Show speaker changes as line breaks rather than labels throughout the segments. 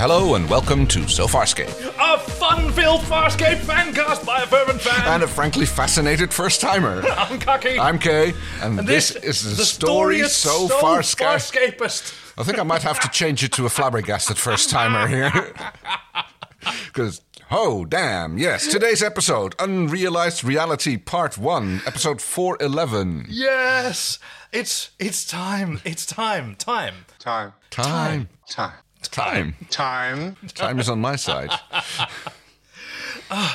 Hello and welcome to So Farscape.
A fun-filled Farscape fancast by a fervent fan.
And a frankly fascinated first timer.
I'm Kaki.
I'm Kay, and,
And
this, is the, story,
of
So,
so
Farscape.
Farscapist.
I think I might have to change it to a flabbergasted first timer here. Because, oh, damn, yes, today's episode Unrealized Reality Part 1, Episode 411.
Yes, it's it's time. It's time. Time.
Time.
Time.
Time.
Time.
Time.
Time is on my side.
Do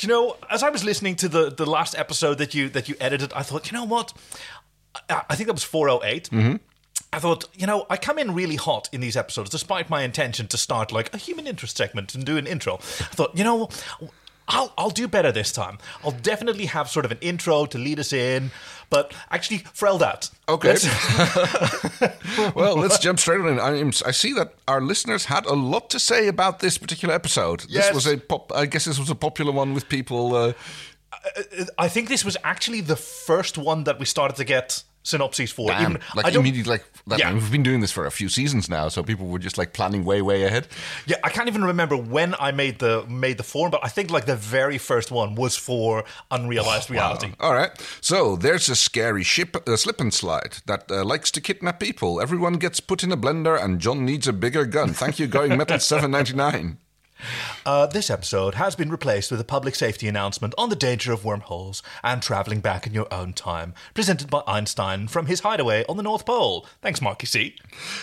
you know? As I was listening to the the last episode that you that you edited, I thought, you know what? I, I think that was 408.
Mm-hmm.
I thought, you know, I come in really hot in these episodes, despite my intention to start like a human interest segment and do an intro. I thought, you know, I'll, I'll do better this time. I'll definitely have sort of an intro to lead us in, but actually, frail that.
Okay.
Let's-
Well, let's jump straight on in. I, am- I see that our listeners had a lot to say about this particular episode.
Yes.
This was a pop. I guess this was a popular one with people. Uh,
I think this was actually the first one that we started to get synopses for.
damn,
Even- I
like
don't-
immediately, like that,
Yeah.
I mean, we've been doing this for a few seasons now, so people were just like planning way, way ahead.
Yeah, I can't even remember when I made the made the form, but I think like the very first one was for unrealized reality.
All right. So there's a scary ship, uh, slip and slide that uh, likes to kidnap people. Everyone gets put in a blender, and John needs a bigger gun. Thank you, going metal seven ninety nine.
Uh, this episode has been replaced with a public safety announcement on the danger of wormholes and traveling back in your own time, presented by Einstein from his hideaway on the North Pole. Thanks, Marky C.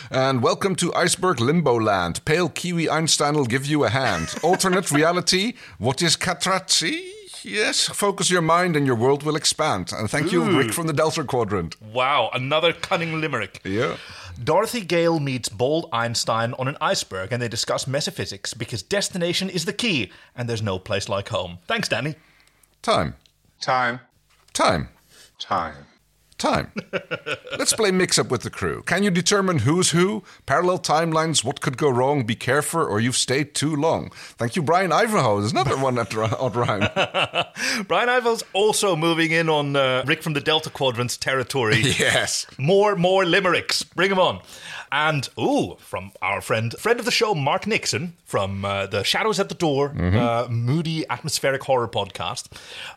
And welcome to Iceberg Limbo Land. Pale Kiwi Einstein will give you a hand. Alternate reality. What is Katratzi? Yes, focus your mind and your world will expand. And thank you, Rick from the Delta Quadrant.
Wow, another cunning limerick.
Yeah.
Dorothy Gale meets Bold Einstein on an iceberg and they discuss metaphysics because destination is the key and there's no place like home. Thanks, Danny.
Time.
Time.
Time.
Time.
Time. Let's play mix up with the crew. Can you determine who's who? Parallel timelines, what could go wrong? Be careful or you've stayed too long. Thank you, Brian Ivanhoe. There's another one at odd rhyme.
Brian Ivel's also moving in on uh, Rick from the Delta Quadrant's territory.
Yes.
More, more limericks. Bring 'em on. And, ooh, from our friend, friend of the show, Mark Nixon, from uh, the Shadows at the Door, uh, moody atmospheric horror podcast.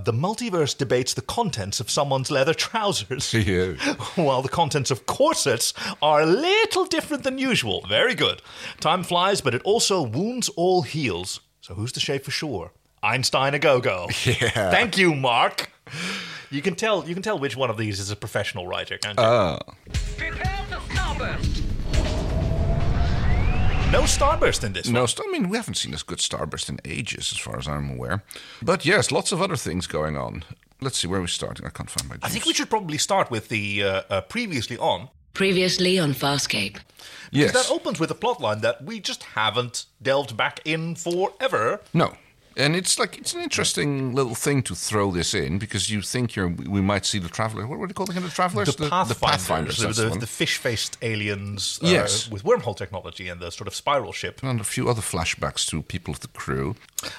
The multiverse debates the contents of someone's leather trousers,
Yeah.
while the contents of corsets are a little different than usual. Very good. Time flies, but it also wounds all heals. So who's to say for sure? Einstein a go go.
Yeah.
Thank you, Mark. You can tell. You can tell which one of these is a professional writer. Can't you?
Ah.
Prepare for starburst.
no starburst in this.
No, st- I mean, we haven't seen this good starburst in ages, as far as I'm aware. But yes, lots of other things going on. Let's see where we starting. I can't find my.
I think we should probably start with the uh, uh, previously on.
Previously on Farscape.
Yes.
That opens with a plotline that we just haven't delved back in forever.
no. And it's like it's an interesting little thing to throw this in because you think you're we might see the traveler. What were they called again? The travelers,
the pathfinders,
that's
the,
the
the,
one.
fish-faced aliens uh,
Yes.
with wormhole technology and the sort of spiral ship.
and a few other flashbacks to people of the crew.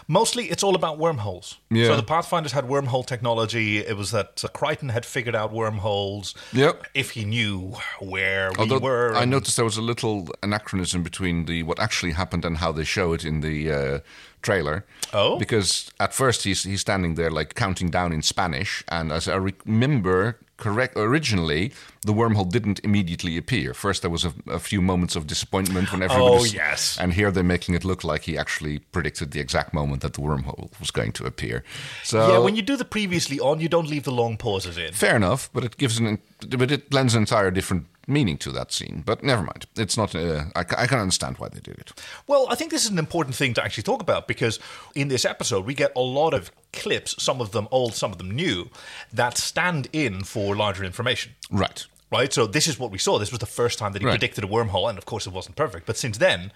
Mostly, it's all about wormholes.
Yeah.
So the Pathfinders had wormhole technology. It was that uh, Crichton had figured out wormholes.
Yep.
If he knew where
Although
we were,
I
and-
noticed there was a little anachronism between the what actually happened and how they show it in the uh, trailer.
Oh.
because at first he's he's standing there like counting down in Spanish, and as I remember correct originally the wormhole didn't immediately appear first there was a, a few moments of disappointment when everybody
Oh,
was-
yes.
and here they're making it look like he actually predicted the exact moment that the wormhole was going to appear so
yeah, when you do the previously on, you don't leave the long pauses in.
Fair enough, but it gives an but it lends an entire different meaning to that scene. But never mind, it's not. Uh, I, ca- I can understand why they did it.
Well, I think this is an important thing to actually talk about because in this episode we get a lot of clips, some of them old, some of them new, that stand in for larger information.
Right.
Right? So this is what we saw. This was the first time that he
Right.
predicted a wormhole, and of course it wasn't perfect. But since then,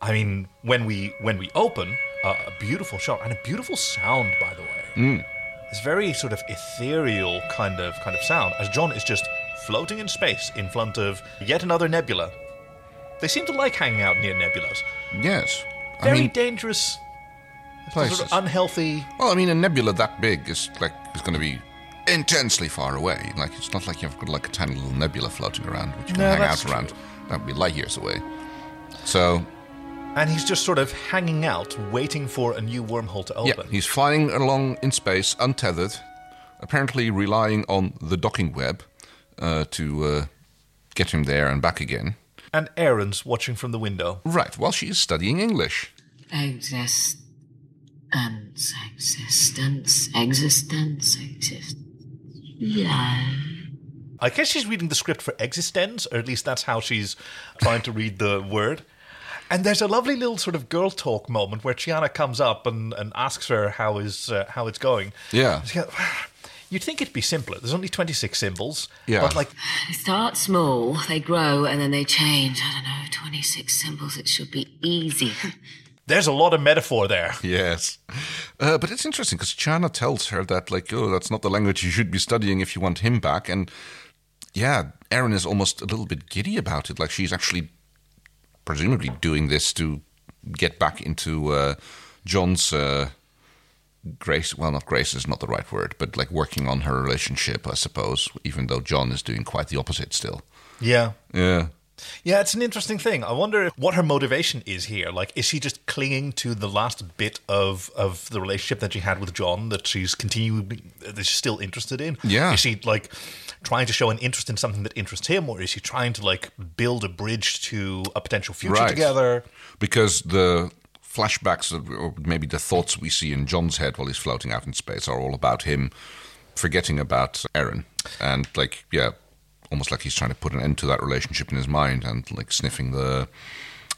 I mean, when we when we open, uh, a beautiful shot and a beautiful sound, by the way.
Mm.
This very sort of ethereal kind of kind of sound, as John is just floating in space in front of yet another nebula. They seem to like hanging out near nebulas.
Yes. I
Very
mean,
dangerous,
places.
sort of unhealthy.
well, I mean, a nebula that big is like is going to be intensely far away. Like it's not like you've got like a tiny little nebula floating around which you can
No,
hang
that's
out around. That would be light years away. So
and he's just sort of hanging out, waiting for a new wormhole to
Yeah,
open.
he's flying along in space, untethered, apparently relying on the docking web uh, to uh, get him there and back again.
and Aaron's watching from the window.
Right, while she is studying English.
Exist. Ence, existence, existence, exist. Yeah.
I guess she's reading the script for Existence, or at least that's how she's trying to read the word. And there's a lovely little sort of girl talk moment where Chiana comes up and, and asks her how is uh, how it's going.
Yeah.
She goes, You'd think it'd be simpler. There's only 26 symbols.
Yeah.
But like,
They start small, they grow, and then they change. I don't know, 26 symbols. It should be easy.
there's a lot of metaphor there.
Yes. Uh, but it's interesting because Chana tells her that, like, oh, that's not the language you should be studying if you want him back. And yeah, Erin is almost a little bit giddy about it. Like, she's actually presumably doing this to get back into uh, John's uh, grace. Well, not grace is not the right word, but like working on her relationship, I suppose, even though John is doing quite the opposite still.
Yeah.
Yeah.
Yeah, it's an interesting thing. I wonder what her motivation is here. Like, is she just clinging to the last bit of of the relationship that she had with John that she's continuing, that she's still interested in?
Yeah.
Is she like trying to show an interest in something that interests him, or is she trying to like build a bridge to a potential future
Right.
together?
because the flashbacks or maybe the thoughts we see in John's head while he's floating out in space are all about him forgetting about Aaron and like yeah almost like he's trying to put an end to that relationship in his mind and like sniffing the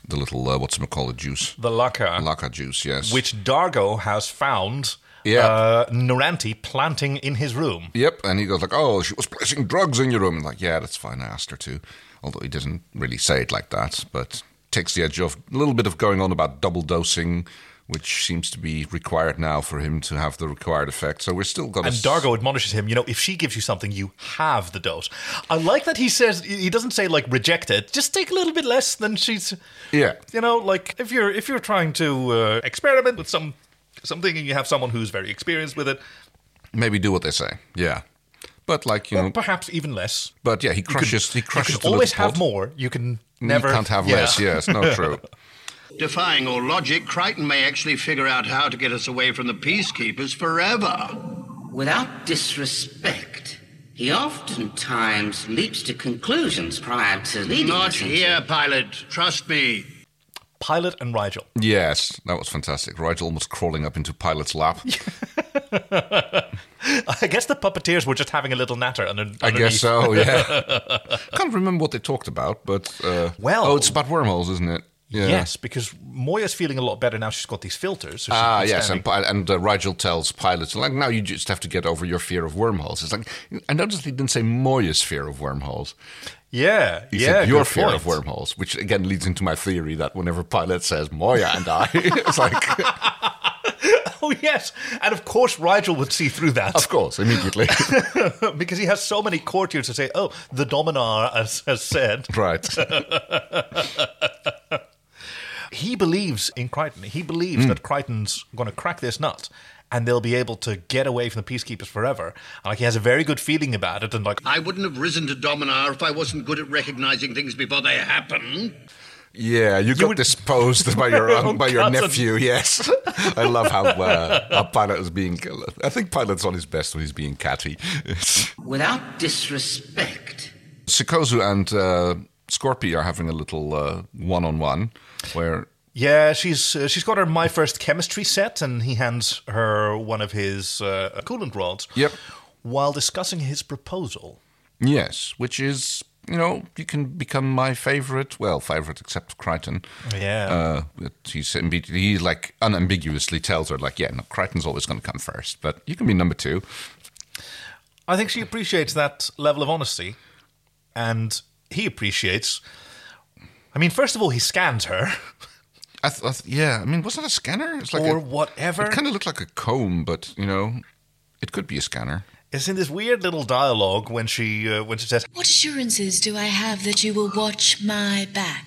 the little uh, what's call it juice
The Laka,
laka juice yes
which Dargo has found.
Yeah.
Uh, Naranti planting in his room.
yep and he goes like oh she was placing drugs in your room and like yeah that's fine I asked her to although he didn't really say it like that but takes the edge off a little bit of going on about double dosing which seems to be required now for him to have the required effect so we're still going
And Dargo admonishes him, you know, if she gives you something, you have the dose. I like that he says he doesn't say like reject it. Just take a little bit less than she's
Yeah.
You know, like if you're if you're trying to uh, experiment with some something and you have someone who's very experienced with it,
maybe do what they say. Yeah, but like you know,
perhaps even less.
but yeah, he
You could-
crushes. he crushes.
You
the
can always
Um, little
have
pod.
more. You can
You
never
can't have
yeah.
less. Yes, no, true.
Defying all logic, Crichton may actually figure out how to get us away from the peacekeepers forever.
Without disrespect, he oftentimes leaps to conclusions prior to leading
Not
us into-
here, pilot. Trust me.
Pilot and Rigel.
Yes, that was fantastic. Right, almost crawling up into Pilot's lap.
I guess the puppeteers were just having a little natter under,
I guess
underneath.
so. Yeah, can't remember what they talked about, but uh,
Well-
oh, it's about wormholes, isn't it? Yeah.
Yes, because Moya's feeling a lot better now. She's got these filters. So she
Ah,
can
yes,
stand
and, Pi- and uh, Rigel tells Pilot, like, now you just have to get over your fear of wormholes. It's like, I noticed he didn't say Moya's fear of wormholes.
Yeah,
He
yeah.
said your
good
fear
point.
of wormholes, which again leads into my theory that whenever Pilot says Moya and I, it's like,
Oh yes, and of course Rigel would see through that
of course, immediately.
because he has so many courtiers to say, "Oh, the Dominar has, has said."
right.
He believes in Crichton. He believes
Hmm.
that Crichton's going to crack this nut, and they'll be able to get away from the peacekeepers forever. And like he has a very good feeling about it, and like
I wouldn't have risen to Dominar if I wasn't good at recognizing things before they happen.
Yeah, you, got
would-
disposed by your own,
own
by your
cousin.
nephew. Yes, I love how uh, how Pilot is being. I think Pilot's on his best when he's being catty.
Without disrespect,
Sikozu and uh, Scorpy are having a little one on one where.
yeah, she's uh, she's got her my first chemistry set, and he hands her one of his uh, coolant rods.
Yep.
While discussing his proposal.
Yes, which is you know you can become my favorite. Well, favorite except for Crichton.
Yeah.
Uh, but he's ambi- he like unambiguously tells her like, yeah, no, Crichton's always going to come first, but you can be number two.
I think she appreciates that level of honesty, and he appreciates. I mean, first of all, he scans her
I th- I th- yeah, I mean, was that a scanner? It's like
or
a-
whatever.
It kind of looked like a comb, but you know, it could be a scanner.
It's in this weird little dialogue when she uh, when she says,
What assurances do I have that you will watch my back?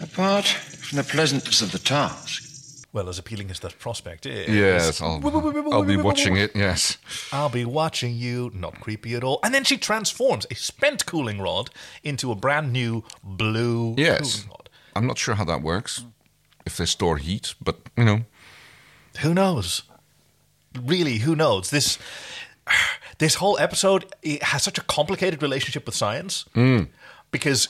Apart from the pleasantness of the task,
"Well, as appealing as that prospect is,
Yes, I'll, I'll be watching it. Yes,
I'll be watching you." Not creepy at all. And then she transforms a spent cooling rod into a brand new blue
yes.
cooling rod.
I'm not sure how that works. if they store heat, but you know,
who knows? Really, who knows? This this whole episode it has such a complicated relationship with science because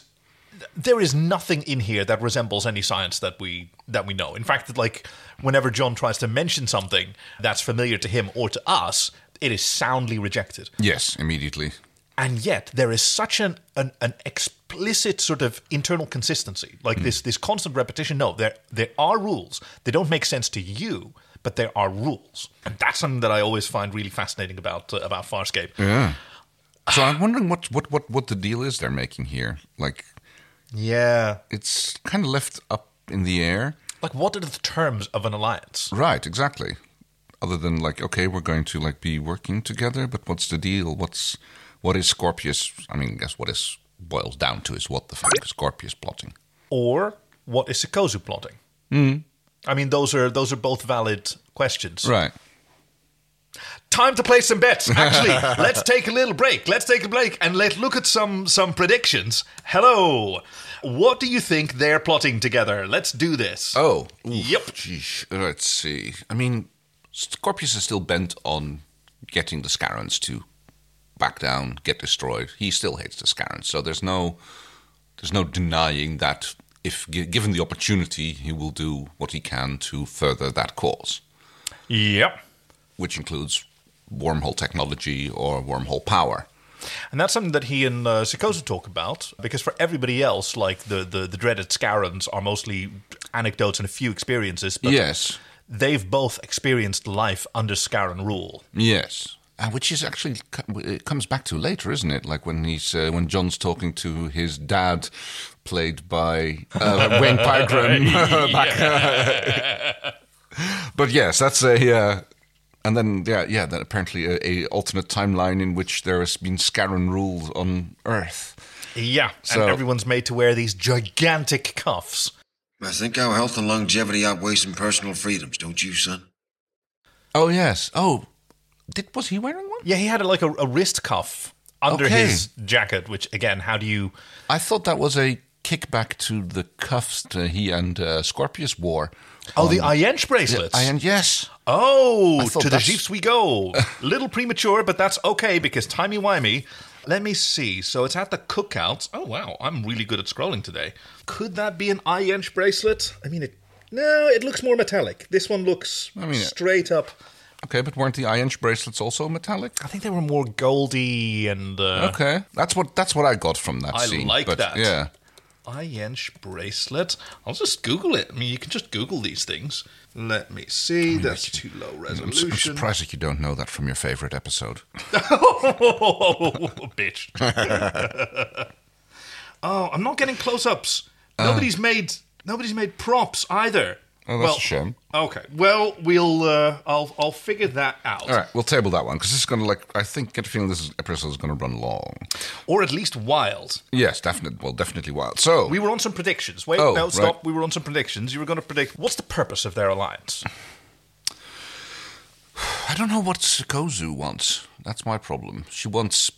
th- there is nothing in here that resembles any science that we that we know. In fact, that like whenever John tries to mention something that's familiar to him or to us, it is soundly rejected.
yes, immediately.
And yet there is such an an, an explicit sort of internal consistency, like this this constant repetition. No, there there are rules. They don't make sense to you, but there are rules, and that's something that I always find really fascinating about uh, about Farscape.
Yeah. So I'm wondering what, what, what, what the deal is they're making here. Like,
Yeah,
it's kind of left up in the air.
like what are the terms of an alliance?
Right, exactly. Other than like, okay, we're going to like be working together, but what's the deal? What's what is Scorpius? I mean, guess what is boils down to is what the fuck is Scorpius plotting?
or what is Sikozu plotting? I mean, those are those are both valid questions.
Right.
Time to play some bets. Actually, let's take a little break. Let's take a break and let's look at some some predictions. Hello, what do you think they're plotting together? Let's do this.
Oh.
Yep.
Geesh. Let's see. I mean, Scorpius is still bent on getting the Scarons to back down, get destroyed. He still hates the Scarons, so there's no there's no denying that if gi- given the opportunity, he will do what he can to further that cause.
Yep.
which includes wormhole technology or wormhole power.
And that's something that he and uh, Sikozu talk about because for everybody else, like the the, the dreaded Scarons, are mostly anecdotes and a few experiences. But
Yes.
they've both experienced life under Scaron rule.
Yes. Uh, which is actually co- it comes back to later, isn't it? Like when he's uh, when John's talking to his dad, played by uh, Wayne Pygram. back- but yes, that's a uh, and then yeah yeah that apparently a, a alternate timeline in which there has been Scarron rule on Earth.
Yeah,
So-
and everyone's made to wear these gigantic cuffs.
I think our health and longevity outweigh some personal freedoms, don't you, son?
Oh yes. Oh, did was he wearing one?
Yeah, he had like a, a wrist cuff under
Okay.
his jacket, which again, how do you?
I thought that was a kickback to the cuffs that he and uh, Scorpius wore.
Oh, the Iench bracelets.
I and yes, I
oh,
thought
to the
that's-
jeeps we go. Little premature, but that's okay because timey wimey. Let me see. So it's at the cookouts. Oh wow, I'm really good at scrolling today. Could that be an Iench bracelet? I mean, it. No, it looks more metallic. This one looks
I mean, it-
straight up.
okay, but weren't the Iench bracelets also metallic?
I think they were more goldy and uh,
Okay, that's what that's what I got from that
I
scene.
like
but,
that.
Yeah,
Iyench bracelet. I'll just Google it. I mean, you can just Google these things. Let me see. That's too low
I'm, s- I'm
resolution.
surprised that you don't know that from your favorite episode.
bitch. oh, I'm not getting close-ups. Nobody's made nobody's made props either.
Oh, that's
well,
a shame.
Okay. Well, we'll uh, I'll I'll figure that out.
All right, we'll table that one because this is going to like I think get a feeling this episode is going to run long.
Or at least wild.
Yes, definitely. Well, definitely wild. So
We were on some predictions. Wait,
Oh,
no, stop.
right.
We were on some predictions. You were going to predict what's the purpose of their alliance?
I don't know what Sukozu wants. That's my problem. She wants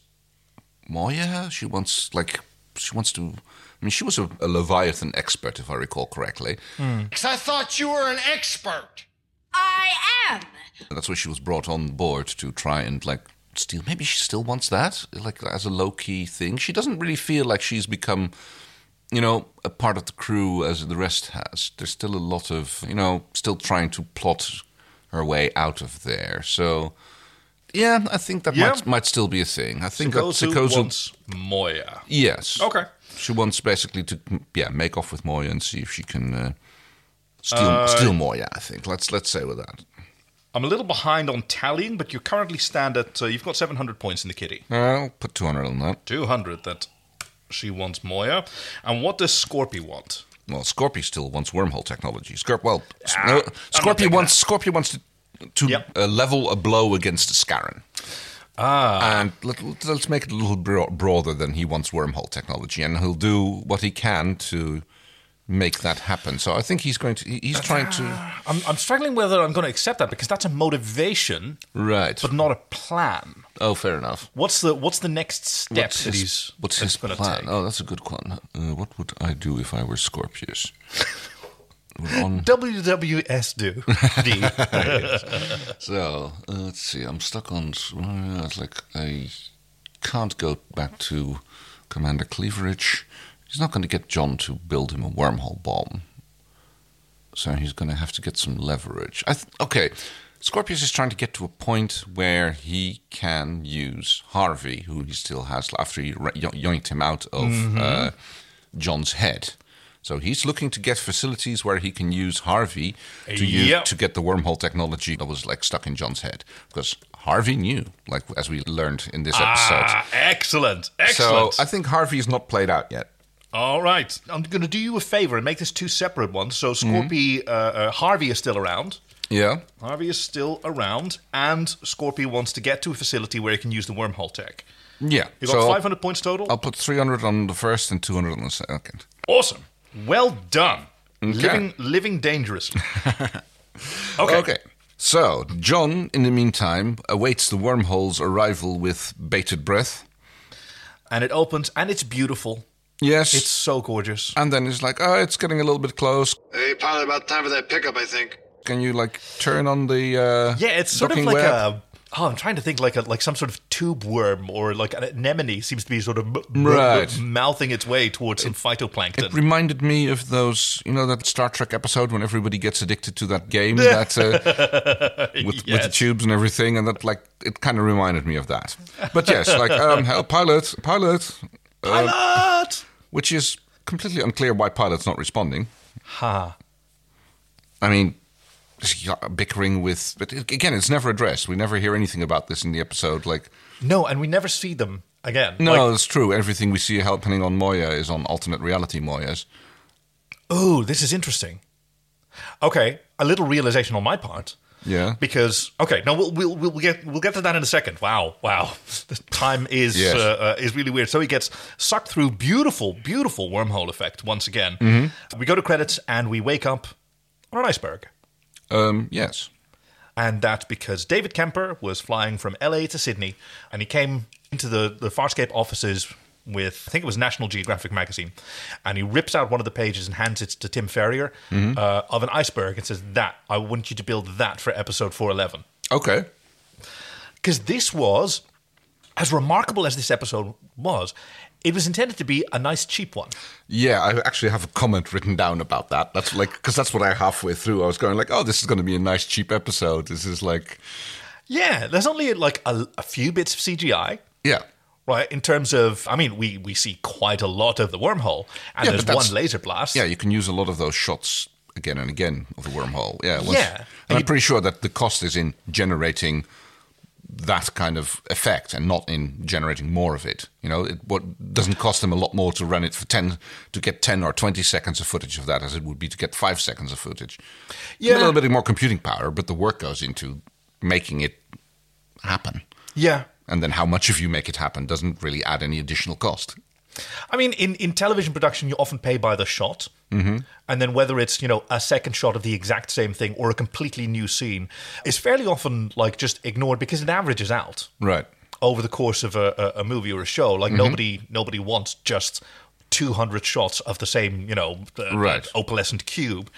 Moya. She wants like she wants to. I mean, she was a, a Leviathan expert, if I recall correctly.
I thought you were an expert.
I am.
That's why she was brought on board to try and like steal. Maybe she still wants that, like as a low key thing. She doesn't really feel like she's become, you know, a part of the crew as the rest has. There's still a lot of you know, still trying to plot her way out of there. So. Yeah, I think that
Yeah.
might might still be a thing. I think
Gozu
that Sikozu,
wants Moya.
yes,
Okay.
she wants basically to yeah make off with Moya and see if she can uh, steal
Uh,
steal Moya. I think let's let's say with that.
I'm a little behind on tallying, but you currently stand at uh, you've got 700 points in the kitty.
I'll put two hundred on that.
200 that she wants Moya. And what does Scorpy want?
Well, Scorpy still wants wormhole technology. Scorp- well, s-
Ah,
no,
I'm not
Scorpy
taking
wants Scorpy wants to to
Yep.
uh, level a blow against the Scarron. Ah, and let, let- let's make it a little bro- broader than he wants wormhole technology, and he'll do what he can to make that happen. So I think he's going to he- he's trying to
I'm, I'm struggling whether I'm going to accept that because that's a motivation,
right.
but not a plan.
oh, fair enough.
What's the what's the next step that he's
what's
that's
his
gonna
plan?
take?
Oh, that's a good one. Uh, what would I do if I were Scorpius? We're on.
WWS do. D.
So uh, let's see. I'm stuck on. uh, It's like I can't go back to Commander Cleaverage. He's not going to get John to build him a wormhole bomb. So he's going to have to get some leverage. I th- okay. Scorpius is trying to get to a point where he can use Harvey, who he still has after he re- yo- yoinked him out of uh, John's head. So he's looking to get facilities where he can use Harvey to use,
Yep.
to get the wormhole technology that was like stuck in John's head because Harvey knew, like as we learned in this episode.
ah, excellent.
So
Excellent.
I think Harvey is not played out yet.
All right. I'm going to do you a favor and make this two separate ones. So
Mm-hmm.
Scorpy, uh, uh, Harvey is still around.
Yeah.
Harvey is still around, and Scorpy wants to get to a facility where he can use the wormhole tech.
Yeah.
You got
So I'll-
500 points total.
I'll put 300 on the first and 200 on the second.
Awesome. Well done. Living, living dangerously. okay.
Okay. So, John, in the meantime, awaits the wormhole's arrival with bated breath.
And it opens, and it's beautiful.
Yes.
It's so gorgeous.
and then he's like, oh, it's getting a little bit close.
Hey, pilot, about time for that pickup, I think.
Can you, like, turn on the. Uh,
Yeah, it's sort of
docking
like
web?
a. Oh, I'm trying to think like a, like some sort of tube worm or like an anemone seems to be sort of m- m-
Right.
mouthing its way towards some phytoplankton.
It reminded me of those, you know, that Star Trek episode when everybody gets addicted to that game that uh, with, with the
Yes.
tubes and everything, and that like it kind of reminded me of that. But yes, like um, hell, pilot, pilot,
Pilot!
which is completely unclear why pilot's not responding.
Ha.
I mean, he's bickering with, but it- again, it's never addressed. We never hear anything about this in the episode. Like,
No, and we never see them again.
no,
Like,
it's true. Everything we see happening on Moya is on alternate reality Moyas.
oh, this is interesting. Okay, a little realization on my part.
Yeah.
Because okay, no, we'll we'll we'll get we'll get to that in a second. Wow, wow, the time is
Yes.
uh, uh, is really weird. So he gets sucked through beautiful, beautiful wormhole effect once again. We go to credits and we wake up on an iceberg,
Um, yes.
and that's because David Kemper was flying from L.A. to Sydney, and he came into the the Farscape offices with I think it was National Geographic magazine, and he rips out one of the pages and hands it to Tim Ferrier uh, of an iceberg and says, "That I want you to build that for episode 411."
Okay.
because this was as remarkable as this episode was it was intended to be a nice cheap one
Yeah, I actually have a comment written down about that. That's like because that's what I halfway through. I was going like, oh, this is going to be a nice cheap episode. This is like,
yeah there's only like a, a few bits of cgi
yeah,
right in terms of i mean we we see quite a lot of the wormhole and
Yeah,
there's
but that's-
one laser blast
yeah. You can use a lot of those shots again and again of the wormhole. Yeah, once-
Yeah.
And I'm pretty sure that the cost is in generating that kind of effect and not in generating more of it. You know, it what doesn't cost them a lot more to run it for ten to get ten or twenty seconds of footage of that as it would be to get five seconds of footage.
Yeah.
a little bit more computing power, but the work goes into making it happen.
yeah
and then how much of you make it happen doesn't really add any additional cost.
I mean, in, in television production, you often pay by the shot. Mm-hmm. And then whether it's, you know, a second shot of the exact same thing or a completely new scene is fairly often, like, just ignored because it averages out.
Right.
over the course of a, a, a movie or a show. Like
Mm-hmm.
nobody nobody wants just 200 shots of the same, you know, uh,
Right.
opalescent cube.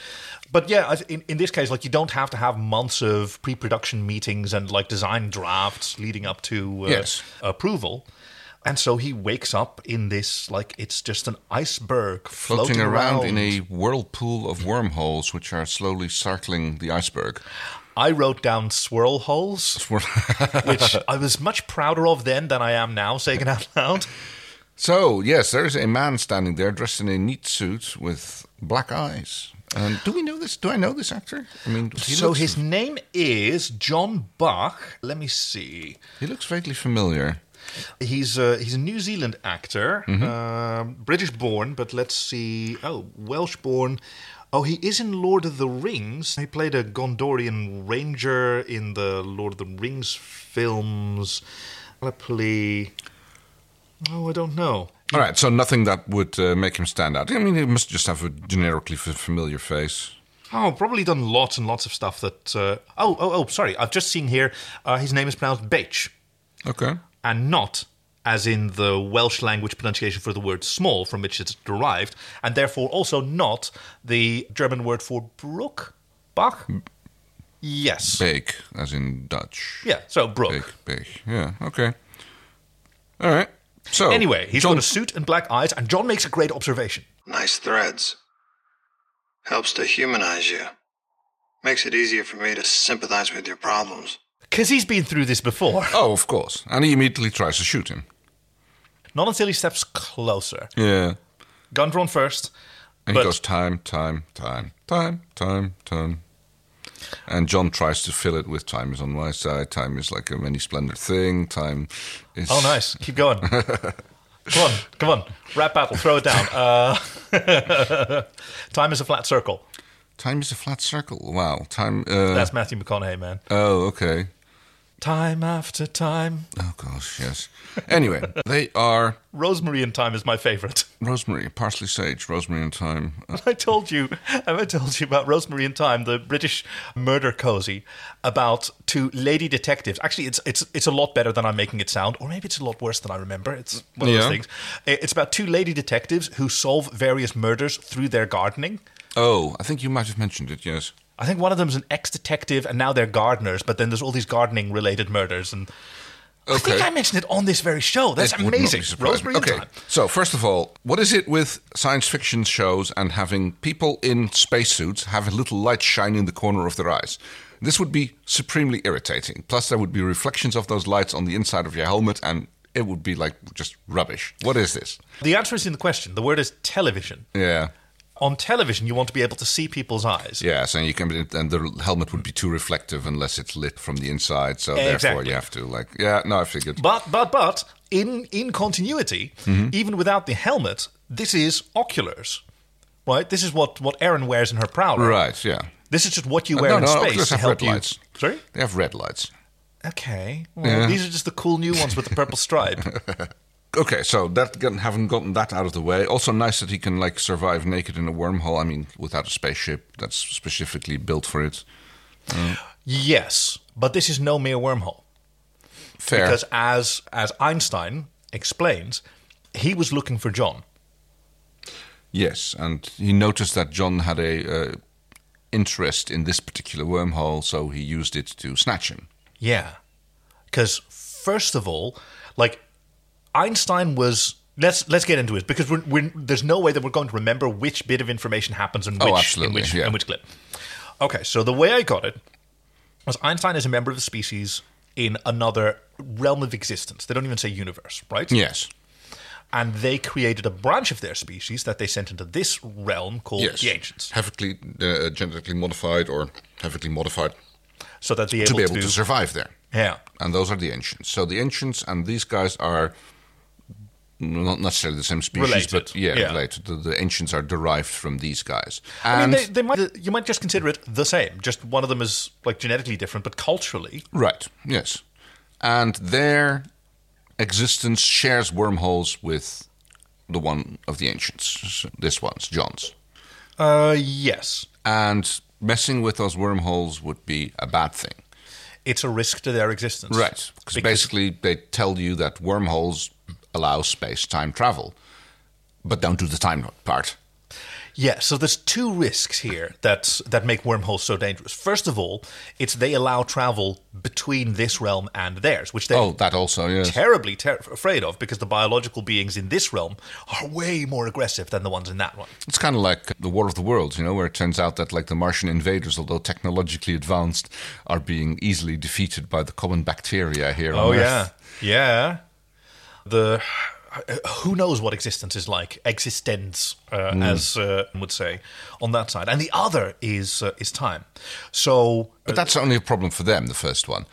But yeah, I th- in, in this case, like you don't have to have months of pre-production meetings and like design drafts leading up to uh,
Yes.
approval. And so he wakes up in this like it's just an iceberg floating,
Floating around, in a whirlpool of wormholes, which are slowly circling the iceberg.
I wrote down swirl holes, which I was much prouder of then than I am now, saying it out loud.
so, yes, there is a man standing there dressed in a neat suit with black eyes. Um, do we know this? Do I know this actor? I mean, he,
so
looks,
his name is John Bach. Let me see.
he looks vaguely familiar.
He's a, he's a New Zealand actor,
Mm-hmm.
um, British born, but let's see. Oh, Welsh born. Oh, he is in Lord of the Rings. He played a Gondorian ranger in the Lord of the Rings films. Probably. Oh, I don't know.
All right, so nothing that would uh, make him stand out. I mean, he must just have a generically f- familiar face.
Oh, probably done lots and lots of stuff that. Uh, oh, oh, oh, sorry. I've just seen here. Uh, his name is pronounced Bache
Okay.
and not as in the Welsh language pronunciation for the word small, from which it's derived, and therefore also not the German word for brook? Bach? Yes.
Bake, as in Dutch.
Yeah, so brook.
Bake, bake. Yeah, okay. All right. So
Anyway, he's
oh, John-
got a suit and black eyes, and John makes a great observation.
Nice threads. Helps to humanize you. Makes it easier for me to sympathize with your problems.
Because he's been through this before.
Oh, of course. And he immediately tries to shoot him.
Not until he steps closer.
Yeah.
Gun drawn first.
And
But-
he goes time, time, time, time, time, time. And John tries to fill it with time is on my side. Time is like a many splendid thing. Time is
Oh, nice. Keep going. come on, come on. Rap battle. Throw it down. Uh, time is a flat circle.
Time is a flat circle. Wow. Time. Uh,
That's Matthew McConaughey, man.
oh, okay.
Time after time.
Oh gosh, yes. Anyway, they are
Rosemary and time is my favorite.
rosemary, parsley, sage, rosemary, and thyme. Uh,
I told you, I told you about Rosemary and Time, the British murder cozy about two lady detectives. Actually, it's it's it's a lot better than I'm making it sound, or maybe it's a lot worse than I remember. It's one of
Yeah.
those things. I- It's about two lady detectives who solve various murders through their gardening.
oh, I think you might have mentioned it. Yes.
I think one of them's an ex-detective, and now they're gardeners. But then there's all these gardening-related murders, and I
Okay.
think I mentioned it on this very show. That's
It would not
amazing,
be surprising.
Rosemary
Okay,
and Time.
so first of all, what is it with science fiction shows and having people in spacesuits have a little light shine in the corner of their eyes? This would be supremely irritating. Plus, there would be reflections of those lights on the inside of your helmet, and it would be like just rubbish. What is this?
The answer is in the question. The word is television.
Yeah.
On television, you want to be able to see people's eyes.
Yes, and you can, and the helmet would be too reflective unless it's lit from the inside. So therefore,
Exactly.
you have to like, yeah, no, I figured.
But but but in in continuity,
Mm-hmm.
even without the helmet, this is oculars, right? This is what what Erin wears in her prowler.
right, yeah. Uh,
This is just what you
No,
wear in
no,
space
Oculus
to
have
help
red
you.
lights.
Sorry.
They have red lights.
Okay. Well, These are just the cool new ones with the purple stripe.
Okay, so that got- haven't gotten that out of the way. Also, nice that he can like survive naked in a wormhole. I mean, without a spaceship that's specifically built for it.
yes, but this is no mere wormhole.
Fair.
because as as Einstein explains, he was looking for John.
yes, and he noticed that John had a uh, interest in this particular wormhole, so he used it to snatch him.
Yeah, because first of all, like Einstein was. Let's let's get into it because we're, we're, there's no way that we're going to remember which bit of information happens and
Oh,
which in
absolutely,
which
yeah.
in which clip. Okay, so the way I got it was Einstein is a member of the species in another realm of existence. They don't even say universe, right?
Yes.
And they created a branch of their species that they sent into this realm called
Yes.
the ancients.
Heavily uh, genetically modified or heavily modified
so that they
to be able to survive there.
yeah
And those are the ancients. So the ancients and these guys are not necessarily the same species,
Related,
but yeah,
yeah.
related. The, the ancients are derived from these guys.
I mean,
And
they, they might, you might just consider it the same. Just one of them is like genetically different, but culturally,
right, yes, and their existence shares wormholes with the one of the ancients. This one's John's,
uh, yes,
and messing with those wormholes would be a bad thing.
it's a risk to their existence.
Right. Because basically, they tell you that wormholes allow space time travel, but don't do the time part.
yeah. So there's two risks here that that make wormholes so dangerous. First of all, it's they allow travel between this realm and theirs, which they.
Oh, that also, yes.
Terribly ter- afraid of because the biological beings in this realm are way more aggressive than the ones in that one.
it's kind of like the War of the Worlds, you know, where it turns out that like the Martian invaders, although technologically advanced, are being easily defeated by the common bacteria here.
Oh
on
yeah,
Earth.
yeah. The who knows what existence is like, existence, uh, as uh, one would say, on that side, and the other is uh, is time. So
But that's only a problem for them. The first one,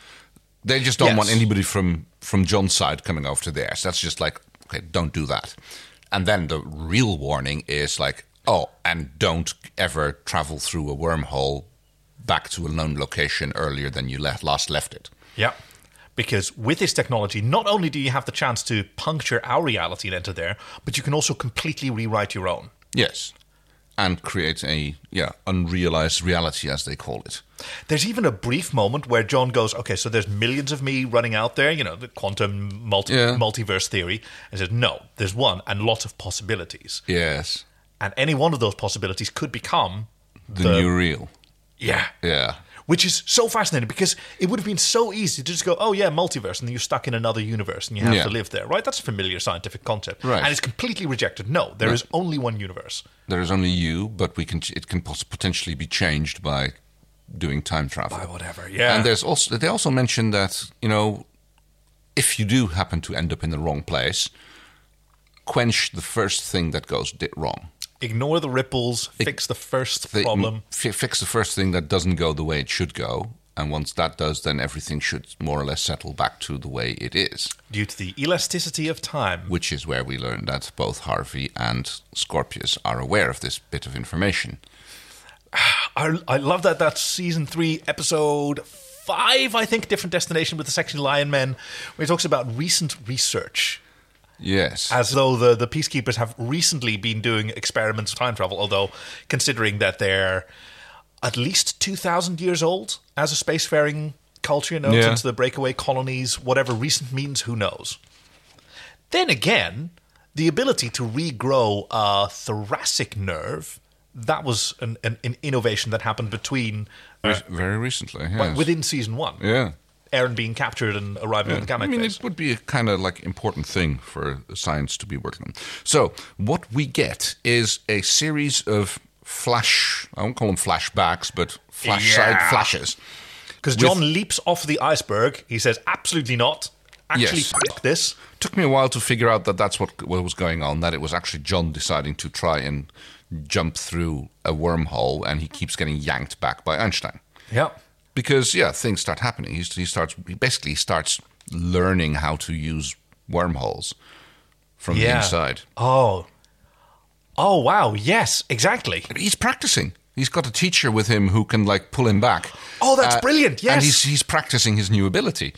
they just don't
Yes.
want anybody from from John's side coming over to theirs. That's just like okay, don't do that. And then the real warning is like, oh, and don't ever travel through a wormhole back to a known location earlier than you left, last left it.
yeah, because with this technology, not only do you have the chance to puncture our reality and enter there, but you can also completely rewrite your own.
Yes. and create a yeah unrealized reality as they call it.
There's even a brief moment where John goes, "Okay, so there's millions of me running out there, you know, the quantum multi-
Yeah.
multiverse theory," and says, "No, there's one and lots of possibilities,
Yes,
and any one of those possibilities could become
the,
The-
new real.
yeah."
Yeah,
Which is so fascinating because it would have been so easy to just go, oh, yeah, multiverse, and then you're stuck in another universe and you have
Yeah.
to live there, right? That's a familiar scientific concept.
Right.
And it's completely rejected. No, there is only one universe.
there is only you, but we can. It can poss- potentially be changed by doing time travel.
By whatever, yeah.
And there's also they also mention that you know, if you do happen to end up in the wrong place, quench the first thing that goes di wrong.
Ignore the ripples, fix the first
They-
problem.
F- fix the first thing that doesn't go the way it should go, and once that does, then everything should more or less settle back to the way it is.
Due to the elasticity of time,
Which is where we learn that both Harvey and Scorpius are aware of this bit of information.
I, I love that that's season three, episode five, I think, Different Destination with the Section Lion Men, where it talks about recent research.
Yes.
as though the, the peacekeepers have recently been doing experiments of time travel, although considering that they're at least 2,000 years old as a spacefaring culture, you know,
Yeah.
since the breakaway colonies, whatever recent means, who knows. Then again, the ability to regrow a thoracic nerve, that was an, an, an innovation that happened between,
Re- very recently. Yes.
like, within season one.
yeah.
Aaron being captured and arriving on the
I
gamma
mean,
phase.
it would be a kind of like important thing for science to be working on. So, what we get is a series of flash, I won't call them flashbacks, but flash side
Yeah.
flashes.
Because
With-
John leaps off the iceberg. He says, absolutely not. Actually,
Yes.
f- this.
Took me a while to figure out that that's what, what was going on, that it was actually John deciding to try and jump through a wormhole, and he keeps getting yanked back by Einstein.
Yeah.
because yeah, things start happening. He, he starts he basically starts learning how to use wormholes from the
Yeah.
inside.
Oh. Oh, wow. Yes, exactly.
He's practicing. He's got a teacher with him who can like pull him back. Uh,
Oh, that's
and
brilliant, yes.
he's he's practicing his new ability.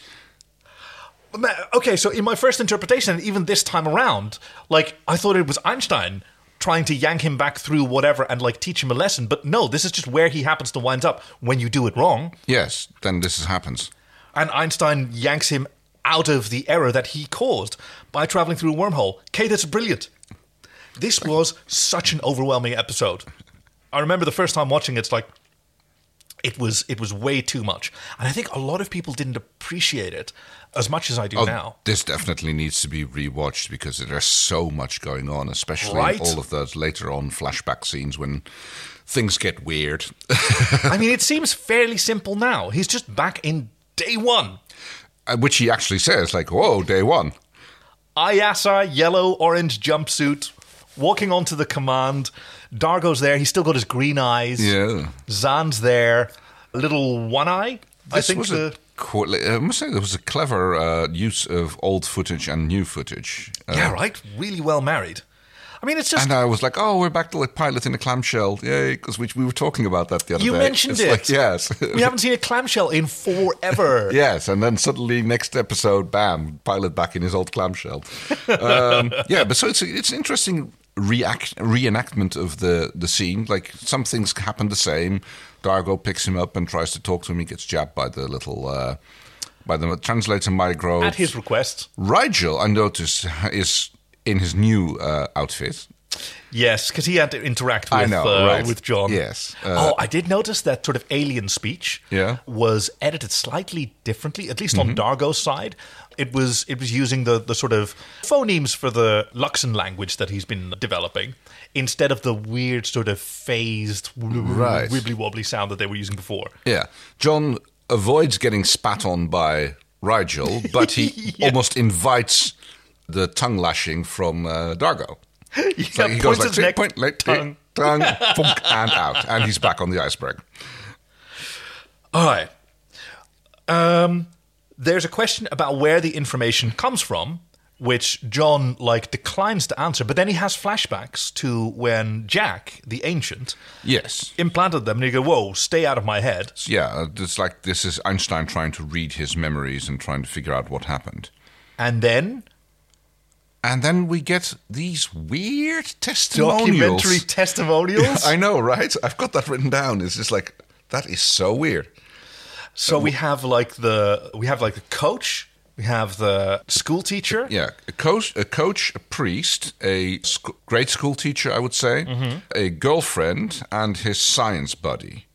Ma- Okay, so in my first interpretation, and even this time around, like, I thought it was Einstein trying to yank him back through whatever and, like, teach him a lesson. But no, this is just where he happens to wind up when you do it wrong.
Yes, then this is- happens.
And Einstein yanks him out of the error that he caused by traveling through a wormhole. Kay, that's brilliant. This was such an overwhelming episode. I remember the first time watching it, it's like it was it was way too much. And I think a lot of people didn't appreciate it as much as I do
Oh,
now.
This definitely needs to be rewatched because there's so much going on, especially
Right.
all of those later on flashback scenes when things get weird. Uh,
I mean, it seems fairly simple now. He's just back in day one.
Uh, Which he actually says, like, whoa, day one.
Ayasa, yellow, orange jumpsuit, walking onto the command. Dargo's there. He's still got his green eyes.
Yeah.
Zan's there. Little one eye. I
This
think
was
the,
a qu- I must say there was a clever uh, use of old footage and new footage. Uh,
yeah, right. Really well married. I mean, it's just
And I was like, "Oh, we're back to like pilot in a clamshell, yay!" Because we, we were talking about that the other
you
day.
mentioned
It's
it.
like, yes,
we haven't seen a clamshell in forever.
yes. And then suddenly, next episode, bam, pilot back in his old clamshell. um, yeah, but so it's a, it's an interesting react reenactment of the the scene. Like some things happen the same. Dargo picks him up and tries to talk to him. He gets jabbed by the little. Uh, by the translator micro
At his request,
Rigel, I noticed, is in his new uh, outfit.
yes, because he had to interact with
I know,
uh,
right.
with John.
Yes, uh,
oh, I did notice that sort of alien speech
Yeah. Mm-hmm.
was edited slightly differently, at least on Dargo's side. It was it was using the, the sort of phonemes for the Luxon language that he's been developing instead of the weird sort of phased
Right.
wibbly wobbly sound that they were using before.
Yeah. John avoids getting spat on by Rigel, but he almost invites the tongue lashing from uh, Dargo. It's
Yeah,
like he
points
goes like,
his
"See,
neck,
point, like,
tongue."
tongue, thunk, and out. And he's back on the iceberg.
All right. Um, there's a question about where the information comes from, which John like declines to answer, but then he has flashbacks to when Jack, the ancient,
Yes.
implanted them, and you go, "Whoa, stay out of my head."
Yeah, uh, it's like this is Einstein trying to read his memories and trying to figure out what happened.
And then
And then we get these weird testimonials.
Documentary testimonials.
I know, right? I've got that written down. It's just like that is so weird.
so we have like the we have like the coach, we have the school teacher.
Yeah, a coach, a coach, a priest, a sc- grade school teacher, I would say, a girlfriend, and his science buddy,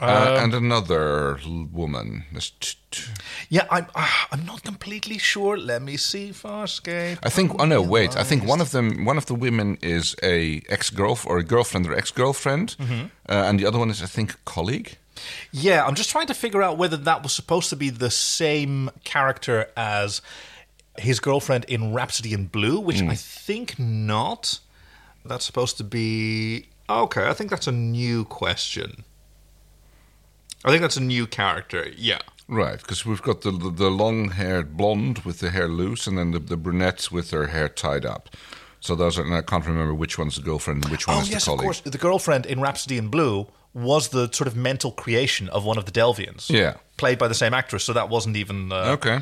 uh, and another l- woman. There's t- t-
Yeah, I'm ah, I'm not completely sure. Let me see Farscape.
I think. Oh no, wait. I think one of them, one of the women, is a ex girlfriend or a girlfriend or ex girlfriend, uh, and the other one is, I think, a colleague.
Yeah, I'm just trying to figure out whether that was supposed to be the same character as his girlfriend in Rhapsody in Blue, which
Hmm.
I think not. That's supposed to be okay. I think that's a new question. I think that's a new character. Yeah.
Right, because we've got the the, the long haired blonde with the hair loose, and then the, the brunette with her hair tied up. So those are, and I can't remember which one's the girlfriend and which one
Oh
is
yes,
the
of
colleague.
course. The girlfriend in Rhapsody in Blue was the sort of mental creation of one of the Delvians.
Yeah.
Played by the same actress, so that wasn't even uh,
Okay.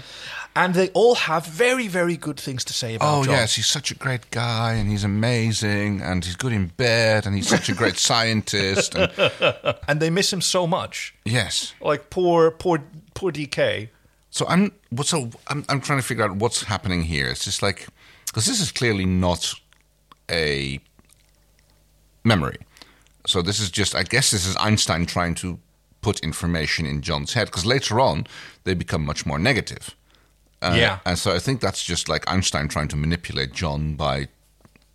And they all have very, very good things to say about.
Oh
John.
yes, he's such a great guy, and he's amazing, and he's good in bed, and he's such a great scientist. And,
and they miss him so much.
yes.
Like poor, poor, poor DK.
So I'm what- so I'm, I'm trying to figure out what's happening here. It's just like because this is clearly not a memory. So this is just I guess this is Einstein trying to put information in John's head because later on they become much more negative. Uh,
yeah.
And so I think that's just like Einstein trying to manipulate John by